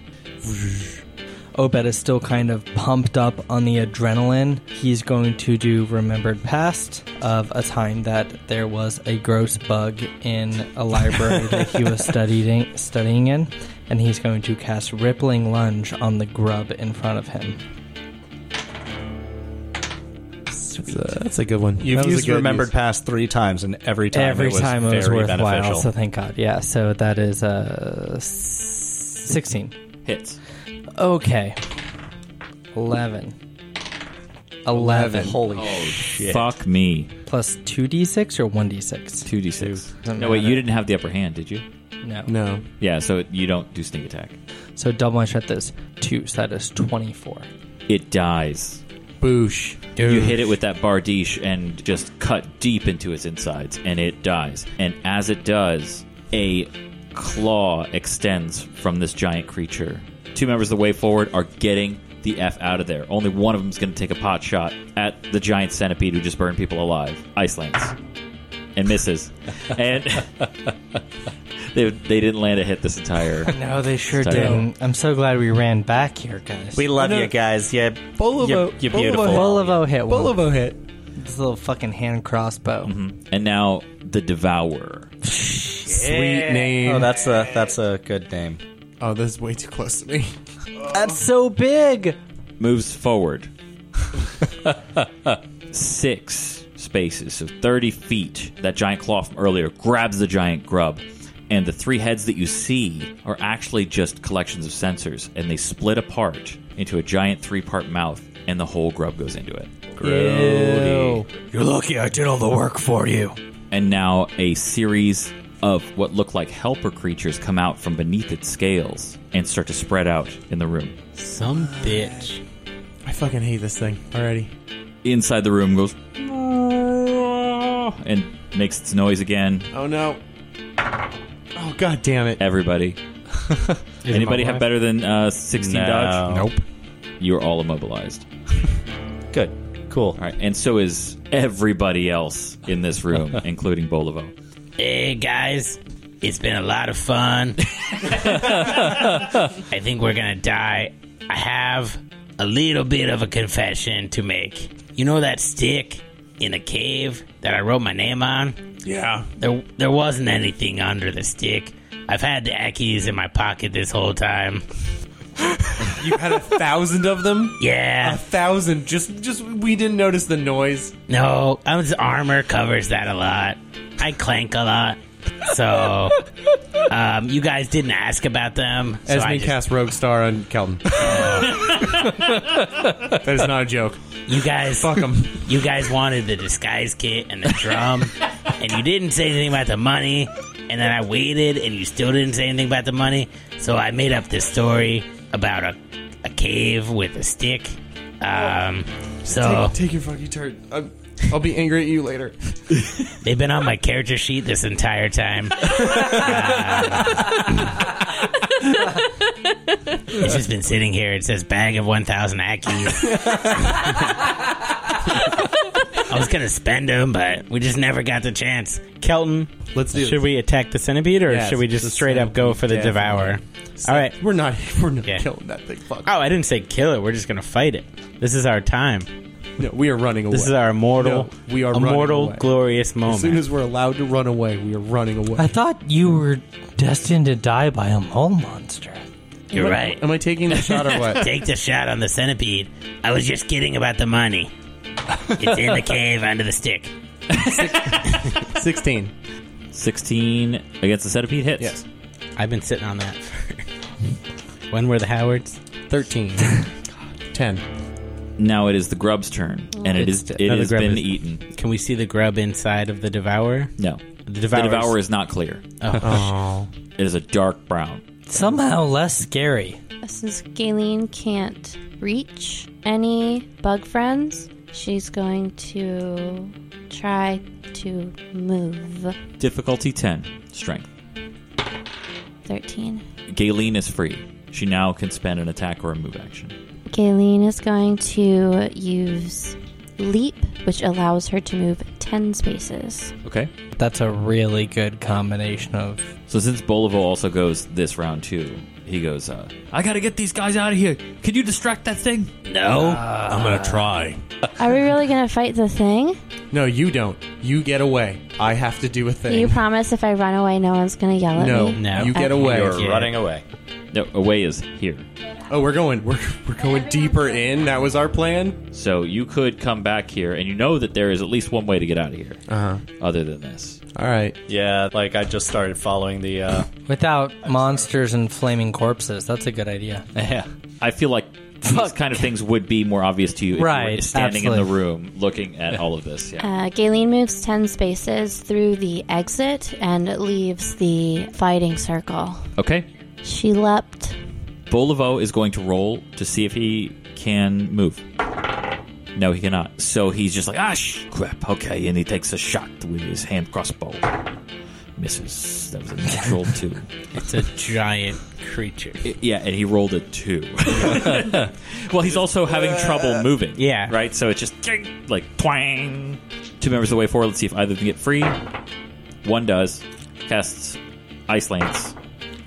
[SPEAKER 7] Obed is still kind of pumped up on the adrenaline. He's going to do Remembered Past of a time that there was a gross bug in a library that he was studying, studying in, and he's going to cast Rippling Lunge on the grub in front of him.
[SPEAKER 6] That's a, that's a good one.
[SPEAKER 8] You've
[SPEAKER 6] That was a
[SPEAKER 8] used
[SPEAKER 6] good
[SPEAKER 8] remembered
[SPEAKER 6] use.
[SPEAKER 8] past three times, and every time
[SPEAKER 7] Every
[SPEAKER 8] it was
[SPEAKER 7] time
[SPEAKER 8] very
[SPEAKER 7] it was worthwhile,
[SPEAKER 8] beneficial.
[SPEAKER 7] so thank God. Yeah, so that is uh, 16.
[SPEAKER 3] Hits.
[SPEAKER 7] Okay. 11. 11.
[SPEAKER 8] Holy
[SPEAKER 3] Fuck me.
[SPEAKER 7] Plus 2d6 or 1d6?
[SPEAKER 3] 2d6.
[SPEAKER 7] Doesn't
[SPEAKER 3] No, wait,
[SPEAKER 7] matter.
[SPEAKER 3] you didn't have the upper hand, did you?
[SPEAKER 7] No.
[SPEAKER 6] No.
[SPEAKER 3] Yeah, so it- you don't do sneak attack.
[SPEAKER 7] So double and shot this. Two, so that is 24.
[SPEAKER 3] It dies.
[SPEAKER 6] Boosh.
[SPEAKER 3] You hit it with that bardiche and just cut deep into its insides, and it dies. And as it does, a claw extends from this giant creature. Two members of the way forward are getting the F out of there. Only one of them is going to take a pot shot at the giant centipede who just burned people alive. Ice Lance. And misses. and they, they didn't land a hit this entire.
[SPEAKER 7] No, they sure
[SPEAKER 3] Sorry.
[SPEAKER 7] didn't. I'm so glad we ran back here, guys.
[SPEAKER 8] We love you guys. Yeah,
[SPEAKER 7] Bolivo-
[SPEAKER 8] you're, you're beautiful.
[SPEAKER 7] Bolivo hit one.
[SPEAKER 6] Bolivo hit.
[SPEAKER 7] This little fucking hand crossbow.
[SPEAKER 3] And now the Devourer.
[SPEAKER 6] Sweet name.
[SPEAKER 8] Oh, that's a that's a good name.
[SPEAKER 6] Oh, this is way too close to me.
[SPEAKER 7] That's so big!
[SPEAKER 3] moves forward six spaces, so 30 feet. That giant claw from earlier grabs the giant grub, and the three heads that you see are actually just collections of sensors, and they split apart into a giant three part mouth, and the whole grub goes into it.
[SPEAKER 7] Ew.
[SPEAKER 2] You're lucky I did all the work for you.
[SPEAKER 3] and now a series of what look like helper creatures come out from beneath its scales and start to spread out in the room.
[SPEAKER 2] Some bitch.
[SPEAKER 6] I fucking hate this thing already.
[SPEAKER 3] Inside the room goes and makes its noise again.
[SPEAKER 6] Oh no. Oh god damn it.
[SPEAKER 3] Everybody. Anybody have better than uh, 16 dodge?
[SPEAKER 6] Nope.
[SPEAKER 3] You're all immobilized.
[SPEAKER 8] Good, cool.
[SPEAKER 3] All right, and so is everybody else in this room, including Bolivo.
[SPEAKER 2] Hey, guys. It's been a lot of fun. I think we're gonna die. I have a little bit of a confession to make. You know that stick in the cave that I wrote my name on?
[SPEAKER 6] Yeah.
[SPEAKER 2] There, there wasn't anything under the stick. I've had the Ackies in my pocket this whole time.
[SPEAKER 6] You had a thousand of them? A
[SPEAKER 2] Yeah.
[SPEAKER 6] thousand. Just just we didn't notice the noise.
[SPEAKER 2] No, I was armor covers that a lot. I clank a lot. So, um, you guys didn't ask about them. So I
[SPEAKER 6] Esme
[SPEAKER 2] just- Oh.
[SPEAKER 6] cast Rogue Star on Kelton. that is not a joke.
[SPEAKER 2] you guys,
[SPEAKER 6] Fuck him.
[SPEAKER 2] you guys wanted the disguise kit and the drum, and you didn't say anything about the money. And then I waited, and you still didn't say anything about the money. So I made up this story about a, a cave with a stick. Um, so
[SPEAKER 6] Take your fucking turn. I'm, I'll be angry at you later.
[SPEAKER 2] they've been on my character sheet this entire time. Uh, it's just been sitting here. It says bag of one thousand ackies. I was gonna spend them, but we just never got the chance. Kelton,
[SPEAKER 6] Let's do
[SPEAKER 2] Should we attack the centipede, or
[SPEAKER 6] Yes,
[SPEAKER 2] should we just
[SPEAKER 6] just
[SPEAKER 2] straight up go for the
[SPEAKER 6] definitely.
[SPEAKER 2] devourer? All right.
[SPEAKER 6] We're not we're not
[SPEAKER 2] Yeah.
[SPEAKER 6] killing that thing. Fuck.
[SPEAKER 2] Oh, I didn't say kill it. We're just gonna fight it. This is our time.
[SPEAKER 6] No, we are running away.
[SPEAKER 2] This is our immortal,
[SPEAKER 6] No, we are running
[SPEAKER 2] immortal,
[SPEAKER 6] away.
[SPEAKER 2] glorious moment.
[SPEAKER 6] as soon as we're allowed to run away, we are running away.
[SPEAKER 7] I thought you were destined to die by a mole monster.
[SPEAKER 2] You're right.
[SPEAKER 6] Am I taking the shot or what?
[SPEAKER 2] Take the shot on the centipede. I was just kidding about the money. It's in the cave under the stick.
[SPEAKER 6] 16.
[SPEAKER 3] 16 against the centipede hits.
[SPEAKER 6] Yes.
[SPEAKER 4] I've been sitting on that for. when were the Howards?
[SPEAKER 6] 13. 10.
[SPEAKER 3] Now it is the grub's turn,
[SPEAKER 4] Oh.
[SPEAKER 3] and it is it
[SPEAKER 4] Now the
[SPEAKER 3] has
[SPEAKER 4] grub
[SPEAKER 3] been
[SPEAKER 4] is-
[SPEAKER 3] eaten.
[SPEAKER 4] Can we see the grub inside of the devourer?
[SPEAKER 3] No,
[SPEAKER 4] The
[SPEAKER 3] the
[SPEAKER 4] devourer.
[SPEAKER 3] devourer is not clear.
[SPEAKER 6] Oh.
[SPEAKER 3] It is a dark brown.
[SPEAKER 7] Somehow less scary.
[SPEAKER 5] Since Galen can't reach any bug friends, she's going to try to move.
[SPEAKER 3] Difficulty ten, strength.
[SPEAKER 5] 13.
[SPEAKER 3] Galen is free. She now can spend an attack or a move action.
[SPEAKER 5] Galen is going to use leap, which allows her to move 10 spaces.
[SPEAKER 3] Okay.
[SPEAKER 7] That's a really good combination of.
[SPEAKER 3] So since Bolivo also goes this round too, he goes. Uh, I gotta get these guys out of here. Can you distract that thing?
[SPEAKER 6] No. I'm going to try.
[SPEAKER 5] Are we really going to fight the thing?
[SPEAKER 6] No, you don't. You get away. I have to do a thing.
[SPEAKER 5] You promise if I run away, no one's going to yell at
[SPEAKER 6] no,
[SPEAKER 5] me?
[SPEAKER 4] No.
[SPEAKER 6] you get
[SPEAKER 5] Okay.
[SPEAKER 6] away.
[SPEAKER 8] You're
[SPEAKER 4] Yeah.
[SPEAKER 8] running away.
[SPEAKER 3] No, away is here.
[SPEAKER 6] Oh, we're going. We're, we're going deeper in. That was our plan.
[SPEAKER 3] So you could come back here, and you know that there is at least one way to get out of here,
[SPEAKER 7] Uh-huh.
[SPEAKER 6] Uh huh.
[SPEAKER 3] other than this.
[SPEAKER 6] All right.
[SPEAKER 8] Yeah, like I just started following the. Uh,
[SPEAKER 7] Without monsters and flaming corpses, that's a good idea.
[SPEAKER 3] Yeah. I feel like these kind of things would be more obvious to you if you were
[SPEAKER 7] Right,
[SPEAKER 3] standing in the
[SPEAKER 7] absolutely.
[SPEAKER 3] room looking at all of this. Yeah.
[SPEAKER 5] Uh, Galen moves 10 spaces through the exit and leaves the fighting circle.
[SPEAKER 3] Okay.
[SPEAKER 5] She leapt.
[SPEAKER 3] Bolivo is going to roll to see if he can move. No, he cannot. So he's just like, ah, sh- crap. Okay. And he takes a shot with his hand crossbow. Misses. That was a natural two.
[SPEAKER 4] It's a giant creature.
[SPEAKER 3] Yeah, and he rolled a two. well, he's also having trouble moving.
[SPEAKER 4] Yeah.
[SPEAKER 3] Right? So it's just ting, like twang. Two members of the way forward. Let's see if either of them get free. One does. Casts Ice Lance.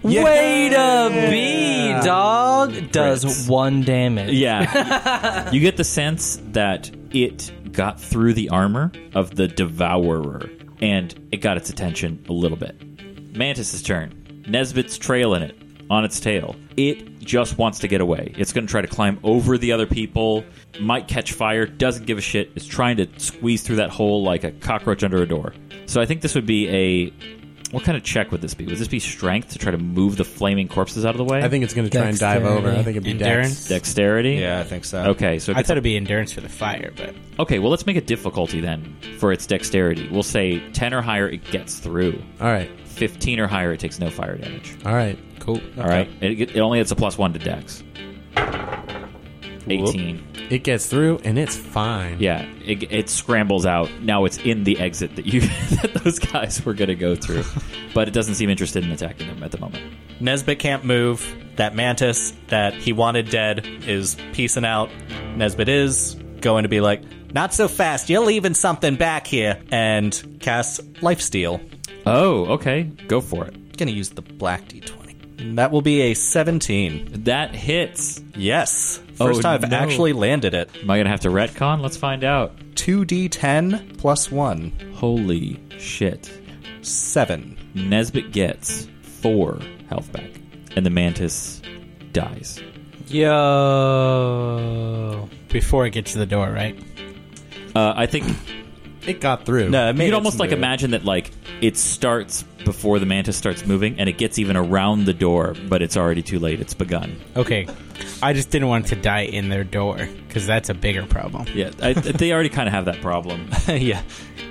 [SPEAKER 7] Way to be, dog! Does
[SPEAKER 3] Crits.
[SPEAKER 7] one damage.
[SPEAKER 3] Yeah. you get the sense that it got through the armor of the Devourer and it got its attention a little bit. Mantis's turn. Nesbit's trailing it on its tail. It just wants to get away. It's going to try to climb over the other people, might catch fire, doesn't give a shit, is trying to squeeze through that hole like a cockroach under a door. So I think this would be a. What kind of check would this be? Would this be strength to try to move the flaming corpses out of the way?
[SPEAKER 6] I think it's going to try and dive over. I
[SPEAKER 7] Dexterity.
[SPEAKER 6] think it'd be
[SPEAKER 4] Endurance.
[SPEAKER 6] Dex.
[SPEAKER 3] dexterity.
[SPEAKER 8] yeah, I think so.
[SPEAKER 3] Okay, so it
[SPEAKER 4] I
[SPEAKER 3] gets
[SPEAKER 4] thought it'd be endurance for the fire, but
[SPEAKER 3] Okay, well, let's make a difficulty then for its dexterity. We'll say 10 or higher, it gets through.
[SPEAKER 6] All right.
[SPEAKER 3] 15 or higher, it takes no fire damage.
[SPEAKER 6] All right. Cool.
[SPEAKER 3] All right? It, it only gets a plus one to dex. 18.
[SPEAKER 6] It gets through and it's fine.
[SPEAKER 3] Yeah, it, it scrambles out. Now it's in the exit that you that those guys were going to go through. but it doesn't seem interested in attacking them at the moment.
[SPEAKER 8] Nesbit can't move. That mantis that he wanted dead is peacing out. Nesbit is going to be like, not so fast. You're leaving something back here. And casts Lifesteal.
[SPEAKER 3] Oh, okay. Go for it.
[SPEAKER 8] Gonna use the black d20. And That will be a 17.
[SPEAKER 3] That hits.
[SPEAKER 8] Yes.
[SPEAKER 3] Oh,
[SPEAKER 8] First time I've
[SPEAKER 3] no.
[SPEAKER 8] actually landed it.
[SPEAKER 3] Am I going to have to retcon? Let's find out.
[SPEAKER 8] 2d10 plus 1.
[SPEAKER 3] Holy shit.
[SPEAKER 8] 7.
[SPEAKER 3] Nesbit gets four health back, and the mantis dies.
[SPEAKER 7] Yo.
[SPEAKER 4] before it gets to the door, right?
[SPEAKER 3] Uh, I think
[SPEAKER 6] It got through.
[SPEAKER 8] No, it made
[SPEAKER 3] you'd
[SPEAKER 8] its
[SPEAKER 3] almost like
[SPEAKER 8] move.
[SPEAKER 3] imagine that like it starts before the mantis starts moving, and it gets even around the door, but it's already too late. It's begun.
[SPEAKER 4] Okay. I just didn't want it to die in their door because that's a bigger problem.
[SPEAKER 3] Yeah, I, they already kind of have that problem.
[SPEAKER 8] yeah.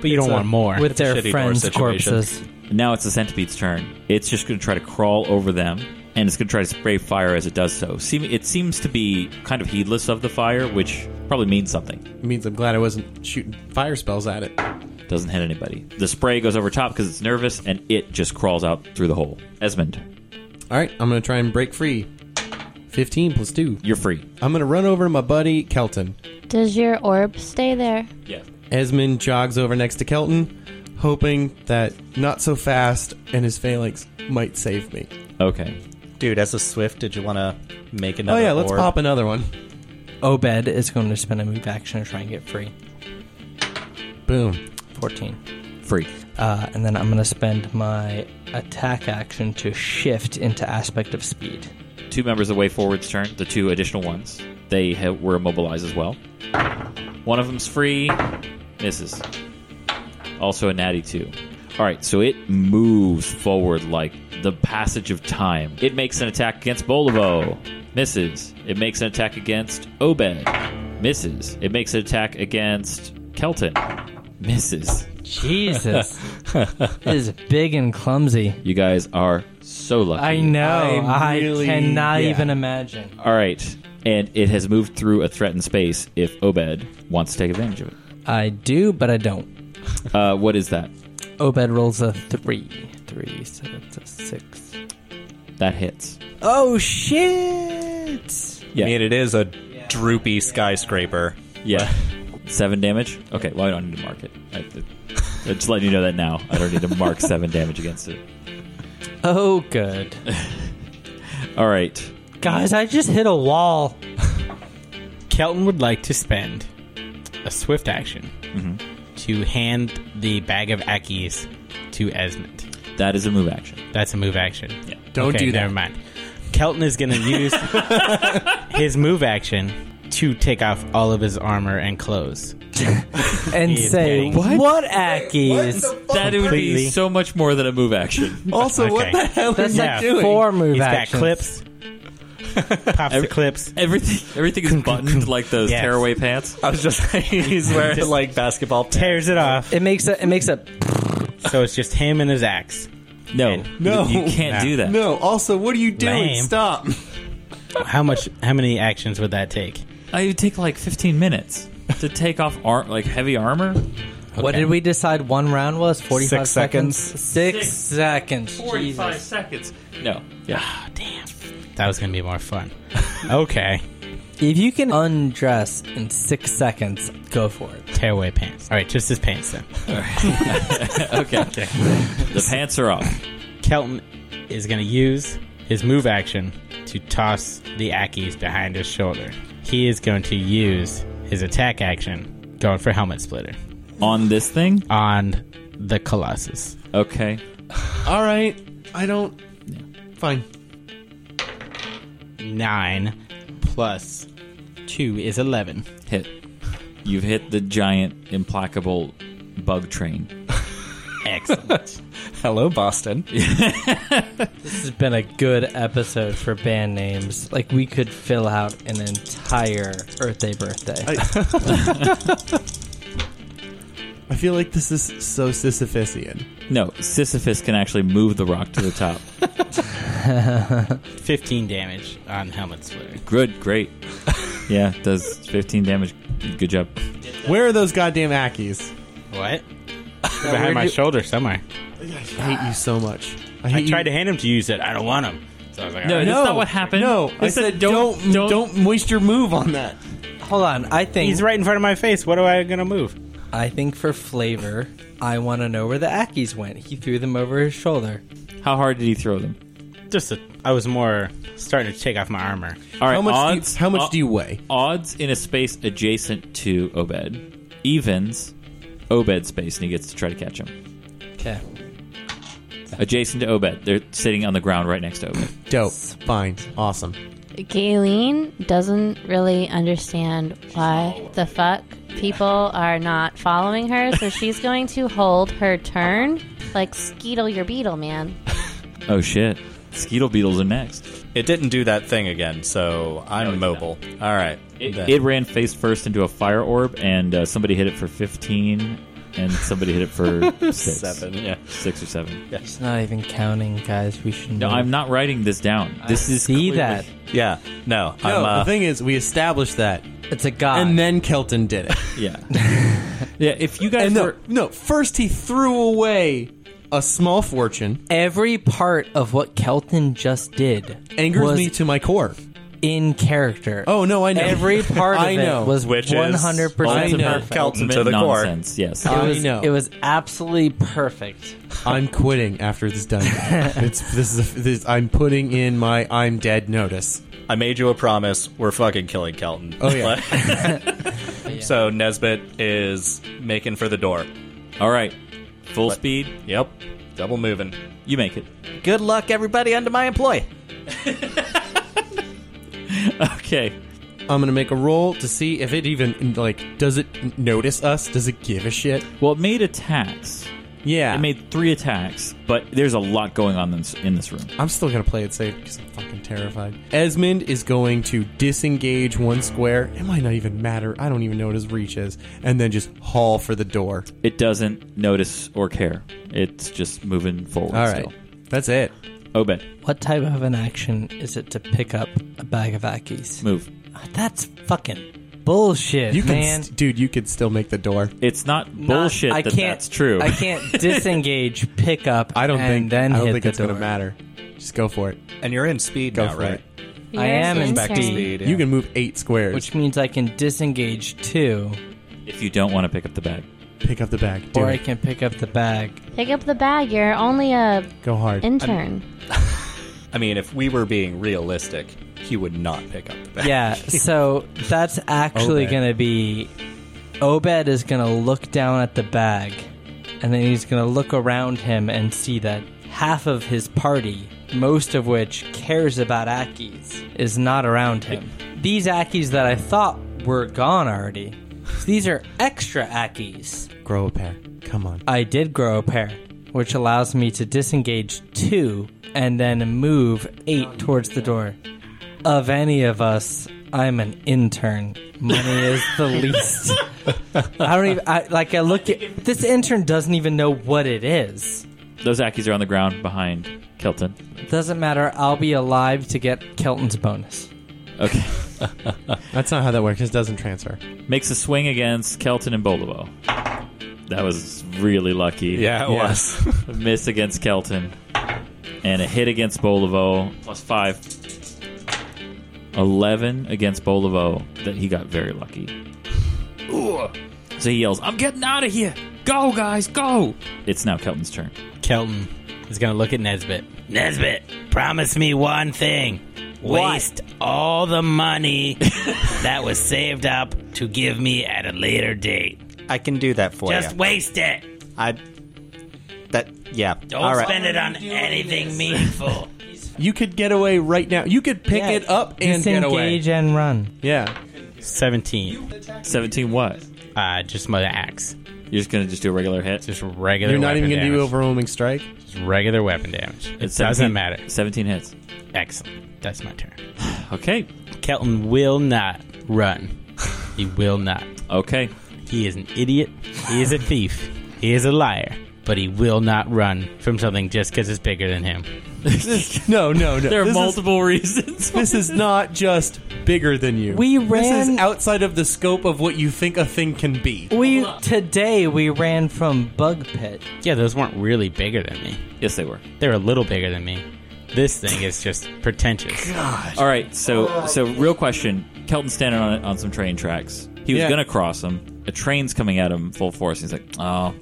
[SPEAKER 4] But you don't
[SPEAKER 8] a-
[SPEAKER 4] want more.
[SPEAKER 7] With their
[SPEAKER 8] shitty door
[SPEAKER 7] friends'
[SPEAKER 8] situation.
[SPEAKER 7] corpses.
[SPEAKER 3] Now it's the centipede's turn. It's just going to try to crawl over them, and it's going to try to spray fire as it does so. Seem, it seems to be kind of heedless of the fire, which probably means something.
[SPEAKER 6] It means I'm glad I wasn't shooting fire spells at it.
[SPEAKER 3] Doesn't hit anybody. The spray goes over top because it's nervous, and it just crawls out through the hole. Esmond,
[SPEAKER 6] All right. I'm going to try and break free. 15 plus 2.
[SPEAKER 3] you're free.
[SPEAKER 6] I'm going to run over to my buddy Kelton.
[SPEAKER 5] Does your orb stay there?
[SPEAKER 3] Yeah.
[SPEAKER 6] Esmond jogs over next to Kelton, hoping that not so fast and his phalanx might save me. Oh,
[SPEAKER 3] Okay.
[SPEAKER 8] Dude, as a Swift, did you want to make
[SPEAKER 6] Oh
[SPEAKER 8] another
[SPEAKER 6] yeah, let's
[SPEAKER 8] orb?
[SPEAKER 6] pop another one.
[SPEAKER 7] Obed is going to spend a move action to try and get free.
[SPEAKER 6] Boom.
[SPEAKER 7] 14.
[SPEAKER 3] Free.
[SPEAKER 7] Uh, and then I'm going to spend my attack action to shift into aspect of speed.
[SPEAKER 3] Two members of Way Forward's turn, the two additional ones. They ha- were immobilized as well. One of them's free. Misses. Also a natty two. All right, so it moves forward like the passage of time. It makes an attack against Bolivo. Misses. It makes an attack against Obed. Misses. It makes an attack against Kelton. Misses.
[SPEAKER 7] Jesus. it is big and clumsy.
[SPEAKER 3] You guys are so lucky.
[SPEAKER 7] I know. i
[SPEAKER 6] I'm really-
[SPEAKER 7] cannot
[SPEAKER 6] yeah.
[SPEAKER 7] even imagine.
[SPEAKER 3] All right. And it has moved through a threatened space if Obed wants to take advantage of it.
[SPEAKER 7] I do, but I don't.
[SPEAKER 3] Uh, what is that?
[SPEAKER 7] Obed rolls a three. Three, so that's a six.
[SPEAKER 3] That hits.
[SPEAKER 7] Oh, shit!
[SPEAKER 3] Yeah.
[SPEAKER 8] I mean, it is a droopy skyscraper.
[SPEAKER 3] Yeah. Seven damage? Okay, well, I don't need to mark it. I, I, I just letting you know that now. I don't need to mark seven damage against it.
[SPEAKER 7] Oh, good.
[SPEAKER 3] All right.
[SPEAKER 7] Guys, I just hit a wall.
[SPEAKER 4] Kelton would like to spend a swift action
[SPEAKER 8] Mm-hmm.
[SPEAKER 4] to hand the bag of Akis to Esmond.
[SPEAKER 3] That is a move action.
[SPEAKER 4] That's a move action. Yeah.
[SPEAKER 6] Don't
[SPEAKER 4] okay,
[SPEAKER 6] do that.
[SPEAKER 4] Never mind. Kelton is going to use his move action to take off all of his armor and clothes.
[SPEAKER 7] And
[SPEAKER 4] Yeah,
[SPEAKER 7] say,
[SPEAKER 4] dang.
[SPEAKER 7] what, what Aki's?
[SPEAKER 3] That would be
[SPEAKER 4] Completely.
[SPEAKER 3] so much more than a move action.
[SPEAKER 6] Also, what
[SPEAKER 4] Okay.
[SPEAKER 6] the hell
[SPEAKER 7] That's
[SPEAKER 6] is he
[SPEAKER 4] Yeah.
[SPEAKER 6] doing?
[SPEAKER 7] four move
[SPEAKER 4] He's
[SPEAKER 7] actions.
[SPEAKER 4] got clips. Pops the clips.
[SPEAKER 3] Everything everything is buttoned like those
[SPEAKER 4] Yes.
[SPEAKER 3] tearaway pants.
[SPEAKER 8] I was just like, he's wearing
[SPEAKER 4] Just-
[SPEAKER 8] like basketball pants.
[SPEAKER 4] Tears it off.
[SPEAKER 7] It makes a. It makes a.
[SPEAKER 4] So it's just him and his axe.
[SPEAKER 3] No.
[SPEAKER 6] No.
[SPEAKER 3] You, you can't do that.
[SPEAKER 6] No. Also, what are you doing?
[SPEAKER 4] Lame.
[SPEAKER 6] Stop.
[SPEAKER 4] How much? How many actions would that take?
[SPEAKER 3] I would take like 15 minutes to take off ar- like heavy armor.
[SPEAKER 7] What did we decide one round was? 45
[SPEAKER 8] Six seconds.
[SPEAKER 7] Six, seconds. Jesus.
[SPEAKER 3] seconds. No. Yeah.
[SPEAKER 4] Damn. That was gonna be more fun. Okay.
[SPEAKER 7] If you can undress in six seconds, go for it.
[SPEAKER 4] Tearaway pants. All right, just his pants then.
[SPEAKER 3] Okay. The pants are off.
[SPEAKER 4] Kelton is going to use his move action to toss the Akis behind his shoulder. He is going to use his attack action, going for Helmet Splitter,
[SPEAKER 3] On this thing?
[SPEAKER 4] on the Colossus.
[SPEAKER 3] Okay.
[SPEAKER 6] All right. I don't. Fine.
[SPEAKER 4] Nine plus two is 11.
[SPEAKER 3] Hit. You've hit the giant, implacable bug train.
[SPEAKER 4] Excellent.
[SPEAKER 8] Hello, Boston.
[SPEAKER 7] This has been a good episode for band names. Like, we could fill out an entire Earth Day birthday.
[SPEAKER 6] I feel like this is so Sisyphusian.
[SPEAKER 3] No, Sisyphus can actually move the rock to the top.
[SPEAKER 4] 15 damage on Helmet Splitter.
[SPEAKER 3] Good, great. Yeah, does 15 damage. Good job.
[SPEAKER 6] Where are those goddamn Ackies?
[SPEAKER 4] What? behind my shoulder somewhere.
[SPEAKER 6] I hate you so much. I, hate
[SPEAKER 4] I
[SPEAKER 6] you-
[SPEAKER 4] tried to hand him to you, said, I don't want him. So I was like, "All right."
[SPEAKER 3] that's not what happened.
[SPEAKER 6] No,
[SPEAKER 3] They
[SPEAKER 6] I
[SPEAKER 3] said,
[SPEAKER 6] said
[SPEAKER 3] "Don't-
[SPEAKER 6] don't,
[SPEAKER 3] don't-
[SPEAKER 6] don't, waste your move on that.
[SPEAKER 7] Hold on. I think.
[SPEAKER 4] He's right in front of my face. What am I going to move?
[SPEAKER 7] I think for flavor, I want to know where the Ackies went. He threw them over his shoulder.
[SPEAKER 3] How hard did he throw them?
[SPEAKER 4] Just, a, I was more starting to take off my armor.
[SPEAKER 3] All right,
[SPEAKER 6] How much?
[SPEAKER 3] odds,
[SPEAKER 6] do you, how much
[SPEAKER 3] o-
[SPEAKER 6] do you weigh?
[SPEAKER 3] Odds in a space adjacent to Obed. Evens, Obed's space, and he gets to try to catch him.
[SPEAKER 7] Okay.
[SPEAKER 3] Adjacent to Obed. They're sitting on the ground right next to Obed.
[SPEAKER 6] Dope. Fine. Awesome.
[SPEAKER 5] Gaylene doesn't really understand why the fuck people are not following her, so she's going to hold her turn. Like, skeetle your beetle, man.
[SPEAKER 3] Oh, shit. Skeetle beetles are next.
[SPEAKER 8] It didn't do that thing again, so I'm mobile. All right.
[SPEAKER 3] It,
[SPEAKER 8] Then.
[SPEAKER 3] it ran face first into a fire orb, and uh, somebody hit it for 15, and somebody hit it for six.
[SPEAKER 8] Seven, yeah.
[SPEAKER 3] Six or seven.
[SPEAKER 7] He's not even counting, guys. We should
[SPEAKER 3] No,
[SPEAKER 7] know.
[SPEAKER 3] I'm not writing this down. This is
[SPEAKER 7] see
[SPEAKER 3] clearly-
[SPEAKER 7] that.
[SPEAKER 8] yeah. No.
[SPEAKER 6] No,
[SPEAKER 8] I'm, uh,
[SPEAKER 6] Oh, the thing is, we established that,
[SPEAKER 7] It's a god.
[SPEAKER 6] and then Kelton did it.
[SPEAKER 3] Yeah. yeah, if you guys
[SPEAKER 6] and no,
[SPEAKER 3] were.
[SPEAKER 6] no. First, he threw away a small fortune.
[SPEAKER 7] Every part of what Kelton just did
[SPEAKER 6] Angers
[SPEAKER 7] was
[SPEAKER 6] me to my core.
[SPEAKER 7] in character.
[SPEAKER 6] Oh no, I know.
[SPEAKER 7] Every part of
[SPEAKER 6] I know.
[SPEAKER 7] it was
[SPEAKER 8] Which is
[SPEAKER 7] 100%
[SPEAKER 3] ultimate-
[SPEAKER 6] know.
[SPEAKER 7] perfect.
[SPEAKER 8] Kelton to the
[SPEAKER 3] ultimate
[SPEAKER 8] core.
[SPEAKER 3] nonsense, yes.
[SPEAKER 7] It
[SPEAKER 6] I
[SPEAKER 7] was,
[SPEAKER 6] know.
[SPEAKER 7] It was absolutely perfect.
[SPEAKER 6] I'm quitting after this done. it's this is a, this, I'm putting in my I'm dead notice.
[SPEAKER 8] I made you a promise. We're fucking killing Kelton.
[SPEAKER 6] Oh, yeah.
[SPEAKER 8] so Nesbit is making for the door.
[SPEAKER 3] All right. Full speed.
[SPEAKER 8] Yep. Double moving.
[SPEAKER 3] You make it.
[SPEAKER 8] Good luck, everybody, under my employ.
[SPEAKER 3] Okay.
[SPEAKER 6] I'm gonna make a roll to see if it even like does it notice us? Does it give a shit?
[SPEAKER 3] Well, it made attacks.
[SPEAKER 6] Yeah.
[SPEAKER 3] It made three attacks, but there's a lot going on in this, in this room.
[SPEAKER 6] I'm still gonna play it safe because I'm fucking terrified. Esmond is going to disengage one square. It might not even matter. I don't even know what his reach is, and then just haul for the door.
[SPEAKER 3] It doesn't notice or care. It's just moving forward
[SPEAKER 6] All right,
[SPEAKER 3] still.
[SPEAKER 6] that's it.
[SPEAKER 3] Obed,
[SPEAKER 7] What type of an action is it to pick up a bag of Akis?
[SPEAKER 3] move.
[SPEAKER 7] That's fucking bullshit,
[SPEAKER 6] You can,
[SPEAKER 7] man.
[SPEAKER 6] st- dude. You could still make the door.
[SPEAKER 3] It's not
[SPEAKER 7] Not-
[SPEAKER 3] bullshit that that's true.
[SPEAKER 7] I can't disengage, pick up,
[SPEAKER 6] I don't
[SPEAKER 7] and
[SPEAKER 6] think.
[SPEAKER 7] then
[SPEAKER 6] I don't
[SPEAKER 7] hit
[SPEAKER 6] think
[SPEAKER 7] the
[SPEAKER 6] it's
[SPEAKER 7] door.
[SPEAKER 6] gonna matter. Just go for it.
[SPEAKER 8] And you're in speed
[SPEAKER 6] Go
[SPEAKER 8] now,
[SPEAKER 6] for
[SPEAKER 8] right?
[SPEAKER 7] I am in
[SPEAKER 8] Back to speed. yeah.
[SPEAKER 6] You can move eight squares.
[SPEAKER 7] Which means I can disengage two,
[SPEAKER 3] if you don't want to pick up the bag.
[SPEAKER 6] Pick up the bag. Do
[SPEAKER 7] or I
[SPEAKER 6] it.
[SPEAKER 7] can pick up the bag.
[SPEAKER 5] Pick up the bag. You're only a
[SPEAKER 6] Go hard.
[SPEAKER 5] intern.
[SPEAKER 8] I mean, if we were being realistic, he would not pick up the bag.
[SPEAKER 7] Yeah, so that's actually
[SPEAKER 6] Obed.
[SPEAKER 7] going to be. Obed is going to look down at the bag, and then he's going to look around him and see that half of his party, most of which cares about Aki's, is not around him. These Aki's that I thought were gone already, these are extra Aki's.
[SPEAKER 6] Grow a pair. Come on.
[SPEAKER 7] I did grow a pair, which allows me to disengage two and then move eight towards the door. Of any of us, I'm an intern. Money is the least. I don't even I, like. I look at this intern doesn't even know what it is.
[SPEAKER 3] Those Akis are on the ground behind Kelton.
[SPEAKER 7] Doesn't matter. I'll be alive to get Kelton's bonus.
[SPEAKER 3] Okay.
[SPEAKER 6] That's not how that works. It doesn't transfer.
[SPEAKER 3] Makes a swing against Kelton and Bolovo. That was really lucky.
[SPEAKER 8] Yeah, it was.
[SPEAKER 3] A miss against Kelton. And a hit against Bolivo. Plus five. Eleven against Bolivo. That he got very lucky. Ooh. So he yells, I'm getting out of here. Go, guys, go. It's now Kelton's turn.
[SPEAKER 4] Kelton is going to look at Nesbit. Nesbit, promise me one thing. Waste all the money that was saved up to give me at a later date.
[SPEAKER 8] I can do that for you.
[SPEAKER 4] waste it.
[SPEAKER 8] I. That yeah. All right.
[SPEAKER 4] it on anything meaningful.
[SPEAKER 6] You could get away right now. You could pick it up and get away.
[SPEAKER 7] Disengage and run.
[SPEAKER 6] Yeah.
[SPEAKER 4] 17.
[SPEAKER 3] Seventeen what?
[SPEAKER 4] Uh, just my axe.
[SPEAKER 3] You're just gonna just do a regular hit?
[SPEAKER 4] Just regular
[SPEAKER 6] You're not even gonna
[SPEAKER 4] going to
[SPEAKER 6] do overwhelming strike.
[SPEAKER 4] Just regular weapon damage. It
[SPEAKER 3] It's
[SPEAKER 4] doesn't
[SPEAKER 3] 17
[SPEAKER 4] matter.
[SPEAKER 3] Seventeen hits.
[SPEAKER 4] Excellent. That's my turn.
[SPEAKER 3] Okay.
[SPEAKER 4] Kelton will not run. He will not.
[SPEAKER 3] Okay.
[SPEAKER 4] He is an idiot. He is a thief. He is a liar. But he will not run from something just because it's bigger than him.
[SPEAKER 6] No, no, no.
[SPEAKER 3] There are
[SPEAKER 6] This is-
[SPEAKER 3] multiple reasons.
[SPEAKER 6] this is not just bigger than you.
[SPEAKER 7] We
[SPEAKER 6] This
[SPEAKER 7] ran-
[SPEAKER 6] is outside of the scope of what you think a thing can be.
[SPEAKER 7] We today we ran from Bug Pit.
[SPEAKER 4] Yeah, those weren't really bigger than me.
[SPEAKER 3] yes, they were.
[SPEAKER 4] They were a little bigger than me. This thing is just pretentious.
[SPEAKER 3] All right, so so real question: Kelton's standing on on some train tracks. He was
[SPEAKER 6] Yeah.
[SPEAKER 3] gonna cross them. A train's coming at him full force. He's like, "Oh,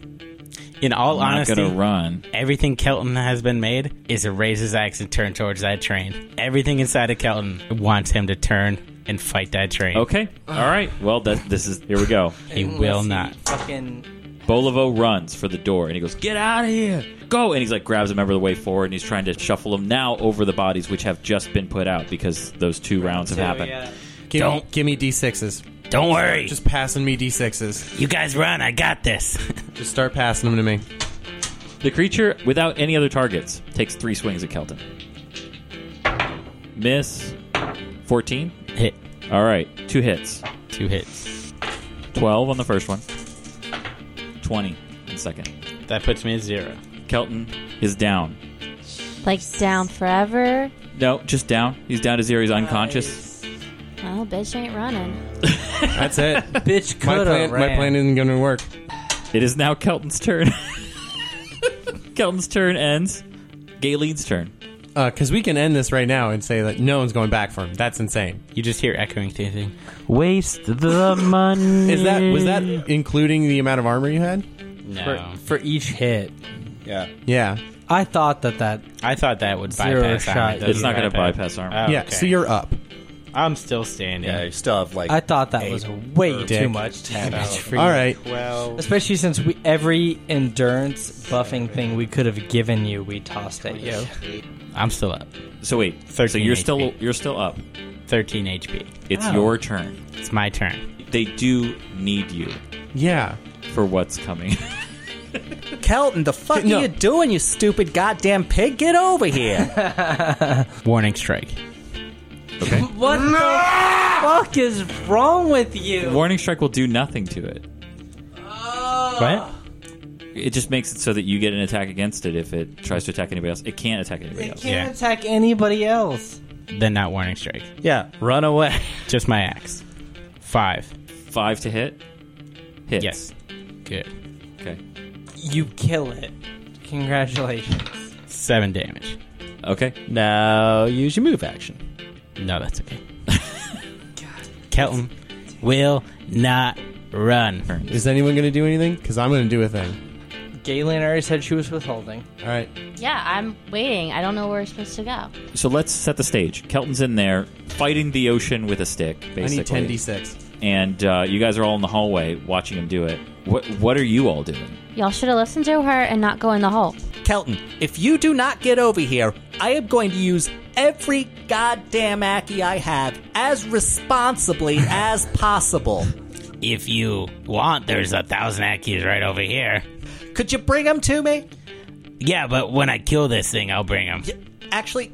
[SPEAKER 4] In all
[SPEAKER 3] I'm
[SPEAKER 4] honesty,
[SPEAKER 3] not gonna run."
[SPEAKER 4] everything Kelton has been made is to raise his axe and turn towards that train. Everything inside of Kelton wants him to turn and fight that train.
[SPEAKER 3] Okay, all right. Well, that this is here we go.
[SPEAKER 4] He will
[SPEAKER 7] Unless
[SPEAKER 4] not.
[SPEAKER 7] he Fucking
[SPEAKER 3] Bolivo runs for the door and he goes, "Get out of here, go!" And he's like grabs a member of the way forward and he's trying to shuffle him now over the bodies which have just been put out because those two rounds have happened.
[SPEAKER 6] Give Me,
[SPEAKER 4] Don't.
[SPEAKER 6] give me d6s.
[SPEAKER 4] Don't worry.
[SPEAKER 6] Just passing me d6s.
[SPEAKER 4] you guys run. I got this.
[SPEAKER 6] Just start passing them to me.
[SPEAKER 3] The creature, without any other targets, takes three swings at Kelton. Miss, fourteen.
[SPEAKER 4] Hit.
[SPEAKER 3] All right, two hits.
[SPEAKER 4] Two hits.
[SPEAKER 3] 12 on the first one, 20 on the second.
[SPEAKER 4] That puts me at zero.
[SPEAKER 3] Kelton is down.
[SPEAKER 5] Like down forever.
[SPEAKER 3] No, just down. He's down to zero. He's unconscious.
[SPEAKER 5] Well, bitch ain't running.
[SPEAKER 6] That's it.
[SPEAKER 7] bitch
[SPEAKER 6] my,
[SPEAKER 7] coulda
[SPEAKER 6] plan, my
[SPEAKER 7] ran.
[SPEAKER 6] plan isn't going to work.
[SPEAKER 3] It is now Kelton's turn. Kelton's turn ends. Galen's turn.
[SPEAKER 6] Because Uh, we can end this right now and say that no one's going back for him. That's insane.
[SPEAKER 4] You just hear echoing through the thing.
[SPEAKER 7] Waste the money.
[SPEAKER 6] Is that was that
[SPEAKER 3] Mm.
[SPEAKER 6] including the amount of armor you had?
[SPEAKER 4] No.
[SPEAKER 7] for each hit?
[SPEAKER 8] Yeah.
[SPEAKER 6] Yeah,
[SPEAKER 7] I thought that that
[SPEAKER 4] I thought that would
[SPEAKER 7] Zero
[SPEAKER 4] bypass
[SPEAKER 7] shot.
[SPEAKER 4] armor. It doesn't
[SPEAKER 3] It's not going to bypass armor.
[SPEAKER 4] Oh,
[SPEAKER 6] yeah.
[SPEAKER 4] okay.
[SPEAKER 6] So you're up.
[SPEAKER 4] I'm still standing.
[SPEAKER 8] Yeah. You still have like.
[SPEAKER 7] I thought that was way too
[SPEAKER 6] dick.
[SPEAKER 7] much damage. For you.
[SPEAKER 6] All right.
[SPEAKER 7] especially since we every endurance buffing thing we could have given you, we tossed at you.
[SPEAKER 4] I'm still up.
[SPEAKER 3] So wait. So
[SPEAKER 4] 13
[SPEAKER 3] you're
[SPEAKER 4] HP.
[SPEAKER 3] still you're still up.
[SPEAKER 4] 13 HP.
[SPEAKER 3] It's your turn.
[SPEAKER 4] It's my turn.
[SPEAKER 3] They do need you
[SPEAKER 6] Yeah.
[SPEAKER 3] for what's coming.
[SPEAKER 2] Kelton, the fuck
[SPEAKER 7] No.
[SPEAKER 2] are you doing, you stupid goddamn pig? Get over here.
[SPEAKER 4] Warning strike.
[SPEAKER 3] Okay.
[SPEAKER 7] What the fuck is wrong with you?
[SPEAKER 3] Warning strike will do nothing to it.
[SPEAKER 4] What?
[SPEAKER 3] It just makes it so that you get an attack against it if it tries to attack anybody else. It can't attack anybody else.
[SPEAKER 4] can't Yeah.
[SPEAKER 7] attack anybody else.
[SPEAKER 4] Then not warning strike.
[SPEAKER 7] Yeah.
[SPEAKER 8] Run away.
[SPEAKER 4] Just my axe. Five.
[SPEAKER 3] Five to hit. Hits.
[SPEAKER 4] Yes. Good.
[SPEAKER 3] Okay.
[SPEAKER 7] You kill it. Congratulations.
[SPEAKER 4] Seven damage.
[SPEAKER 3] Okay.
[SPEAKER 8] Now use your move action.
[SPEAKER 4] No, that's okay. Kelton will not run.
[SPEAKER 6] Is anyone going to do anything? Because I'm going to do a thing.
[SPEAKER 7] Galen already said she was withholding.
[SPEAKER 6] All right.
[SPEAKER 5] Yeah, I'm waiting. I don't know where we're supposed to go.
[SPEAKER 3] So let's set the stage. Kelton's in there fighting the ocean with a stick, basically.
[SPEAKER 6] I need 10d6.
[SPEAKER 3] and uh, you guys are all in the hallway watching him do it. What What are you all doing?
[SPEAKER 5] Y'all should have listened to her and not go in the hole.
[SPEAKER 2] Kelton, if you do not get over here, I am going to use every goddamn Aki I have as responsibly as possible.
[SPEAKER 4] If you want, there's a thousand Akis right over here.
[SPEAKER 2] Could you bring them to me?
[SPEAKER 4] Yeah, but when I kill this thing, I'll bring him.
[SPEAKER 2] Y- Actually,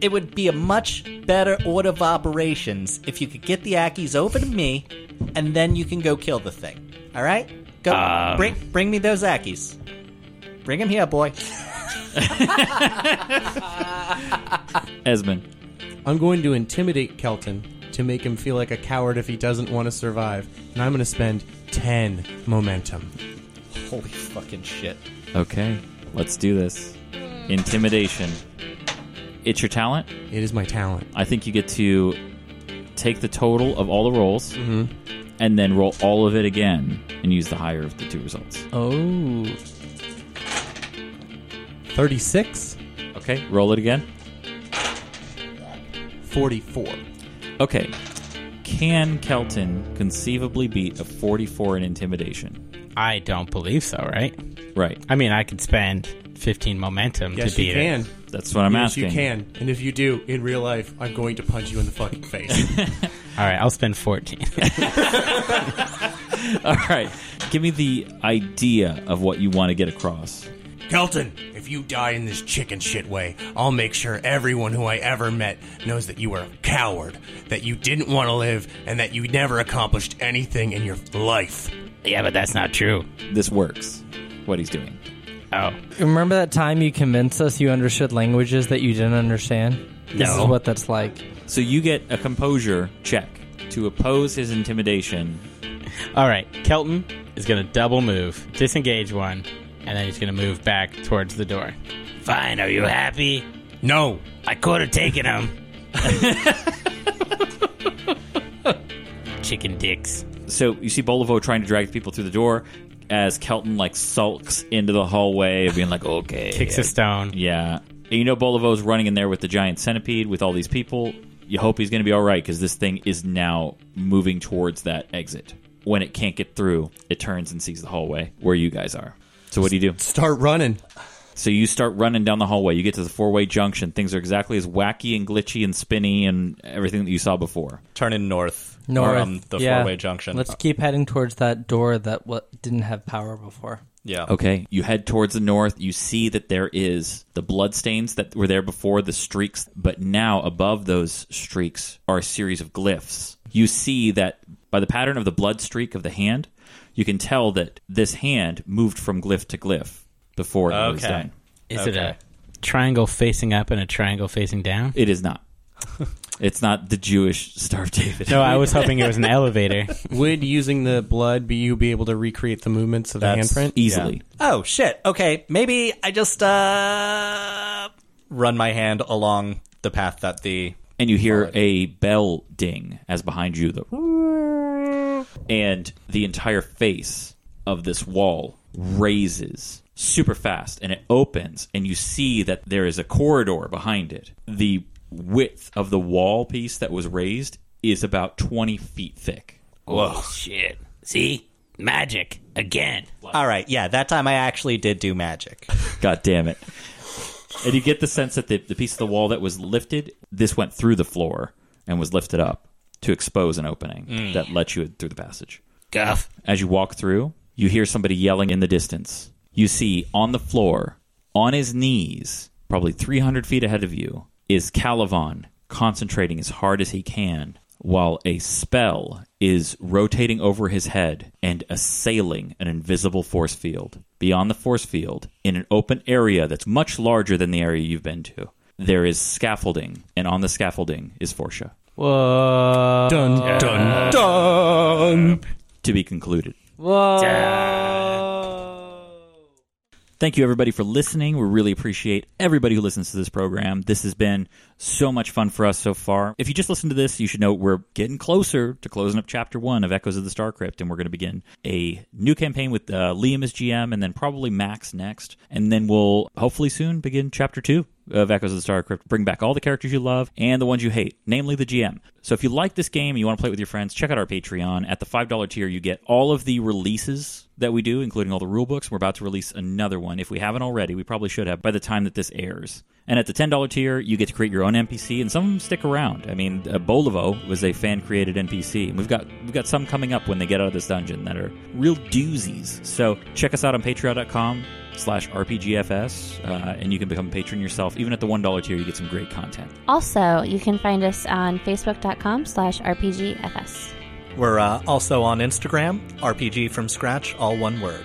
[SPEAKER 2] it would be a much better order of operations if you could get the Akis over to me, and then you can go kill the thing. All right? Go
[SPEAKER 4] Um.
[SPEAKER 2] bring bring me those Akis. Bring them here, boy.
[SPEAKER 3] Esmond.
[SPEAKER 6] I'm going to intimidate Kelton to make him feel like a coward if he doesn't want to survive. And I'm going to spend 10 momentum.
[SPEAKER 8] Holy fucking shit.
[SPEAKER 3] Okay. Let's do this. Intimidation. It's your talent.
[SPEAKER 6] It is my talent.
[SPEAKER 3] I think you get to take the total of all the rolls
[SPEAKER 6] Mm-hmm.
[SPEAKER 3] and then roll all of it again and use the higher of the two results.
[SPEAKER 8] Oh.
[SPEAKER 6] 36,
[SPEAKER 3] Okay, roll it again.
[SPEAKER 6] 44.
[SPEAKER 3] Okay. Can Kelton conceivably beat a 44 in intimidation?
[SPEAKER 4] I don't believe so, right?
[SPEAKER 3] Right.
[SPEAKER 4] I mean, I could spend 15 momentum
[SPEAKER 6] Yes,
[SPEAKER 4] to beat
[SPEAKER 6] you can.
[SPEAKER 4] it.
[SPEAKER 3] That's what I'm
[SPEAKER 6] yes,
[SPEAKER 3] asking.
[SPEAKER 6] you can. And if you do, in real life, I'm going to punch you in the fucking face.
[SPEAKER 4] All right, I'll spend 14.
[SPEAKER 3] All right. Give me the idea of what you want to get across.
[SPEAKER 6] Kelton, if you die in this chicken shit way, I'll make sure everyone who I ever met knows that you were a coward, that you didn't want to live, and that you never accomplished anything in your life.
[SPEAKER 4] yeah, but that's not true.
[SPEAKER 3] This works. What he's doing.
[SPEAKER 4] Oh,
[SPEAKER 7] Remember that time you convinced us you understood languages that you didn't understand? This
[SPEAKER 4] No.
[SPEAKER 7] is what that's like.
[SPEAKER 3] So you get a composure check to oppose his intimidation.
[SPEAKER 4] All right, Kelton is going to double move, disengage one, and then he's going to move back towards the door. Fine, are you happy?
[SPEAKER 6] No,
[SPEAKER 4] I could have taken him. Chicken dicks.
[SPEAKER 3] So you see Bolivo trying to drag people through the door as Kelton like sulks into the hallway, being like, "Okay."
[SPEAKER 4] Kicks a stone.
[SPEAKER 3] Yeah. And you know Bolivo's running in there with the giant centipede with all these people. You hope he's going to be all right because this thing is now moving towards that exit. When it can't get through, it turns and sees the hallway where you guys are. So what do you do?
[SPEAKER 6] start running.
[SPEAKER 3] So you start running down the hallway. You get to the four-way junction. Things are exactly as wacky and glitchy and spinny and everything that you saw before.
[SPEAKER 8] Turn in north.
[SPEAKER 7] North,
[SPEAKER 8] From Um, the
[SPEAKER 7] yeah.
[SPEAKER 8] four-way junction. Uh,
[SPEAKER 7] Let's keep heading towards that door that what didn't have power before.
[SPEAKER 8] yeah.
[SPEAKER 3] Okay, you head towards the north. You see that there is the bloodstains that were there before, the streaks, but now above those streaks are a series of glyphs. You see that by the pattern of the blood streak of the hand, you can tell that this hand moved from glyph to glyph before it was
[SPEAKER 8] Okay.
[SPEAKER 3] done.
[SPEAKER 4] Is it a triangle facing up and a triangle facing down?
[SPEAKER 3] It is not. it's not the Jewish Star of David.
[SPEAKER 4] No, I was hoping it was an elevator.
[SPEAKER 6] Would using the blood be you be able to recreate the movements of the
[SPEAKER 8] That's
[SPEAKER 6] handprint?
[SPEAKER 3] easily.
[SPEAKER 2] Oh shit. Okay, maybe I just uh
[SPEAKER 8] Run my hand along the path that the
[SPEAKER 3] and you hear a bell ding as behind you the and the entire face of this wall raises super fast and it opens and you see that there is a corridor behind it the width of the wall piece that was raised is about 20 feet thick
[SPEAKER 4] Whoa. Shit. See? Magic. Again.
[SPEAKER 2] All right, yeah, that time I actually did do magic.
[SPEAKER 3] god damn it and you get the sense that the, the piece of the wall that was lifted this went through the floor and was lifted up to expose an opening that lets you through the passage
[SPEAKER 4] Guff.
[SPEAKER 3] As you walk through, you hear somebody yelling in the distance. you see on the floor, on his knees, probably 300 feet ahead of you, is Calivan concentrating as hard as he can while a spell is rotating over his head and assailing an invisible force field. Beyond the force field, in an open area that's much larger than the area you've been to, there is scaffolding, and on the scaffolding is Fortia.
[SPEAKER 4] Whoa.
[SPEAKER 6] Dun, dun, dun.
[SPEAKER 3] To be concluded.
[SPEAKER 4] Whoa.
[SPEAKER 3] Thank you, everybody, for listening. We really appreciate everybody who listens to this program. This has been so much fun for us so far. If you just listened to this, you should know we're getting closer to closing up chapter one of Echoes of the Star Crypt, and we're going to begin a new campaign with uh, Liam as GM, and then probably Max next. And then we'll hopefully soon begin chapter two of Echoes of the Star Crypt. Bring back all the characters you love and the ones you hate, namely the GM. So if you like this game and you want to play it with your friends, check out our Patreon. At the $5 tier, you get all of the releases that we do, including all the rule books. We're about to release another one. If we haven't already, we probably should have by the time that this airs. And at the $10 tier, you get to create your own NPC, and some of them stick around. I mean, uh, Bolivo was a fan created NPC, and we've got we've got some coming up when they get out of this dungeon that are real doozies. So check us out on patreon.com slash rpgfs uh, and you can become a patron yourself even at the $1 tier you get some great content
[SPEAKER 5] Also, you can find us on facebook.com slash rpgfs.
[SPEAKER 8] We're uh, also on Instagram, RPG from scratch, all one word.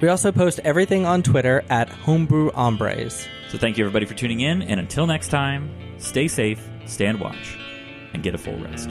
[SPEAKER 7] We also post everything on Twitter at Homebrew Hombres.
[SPEAKER 3] so thank you everybody for tuning in and until next time stay safe stand watch and get a full rest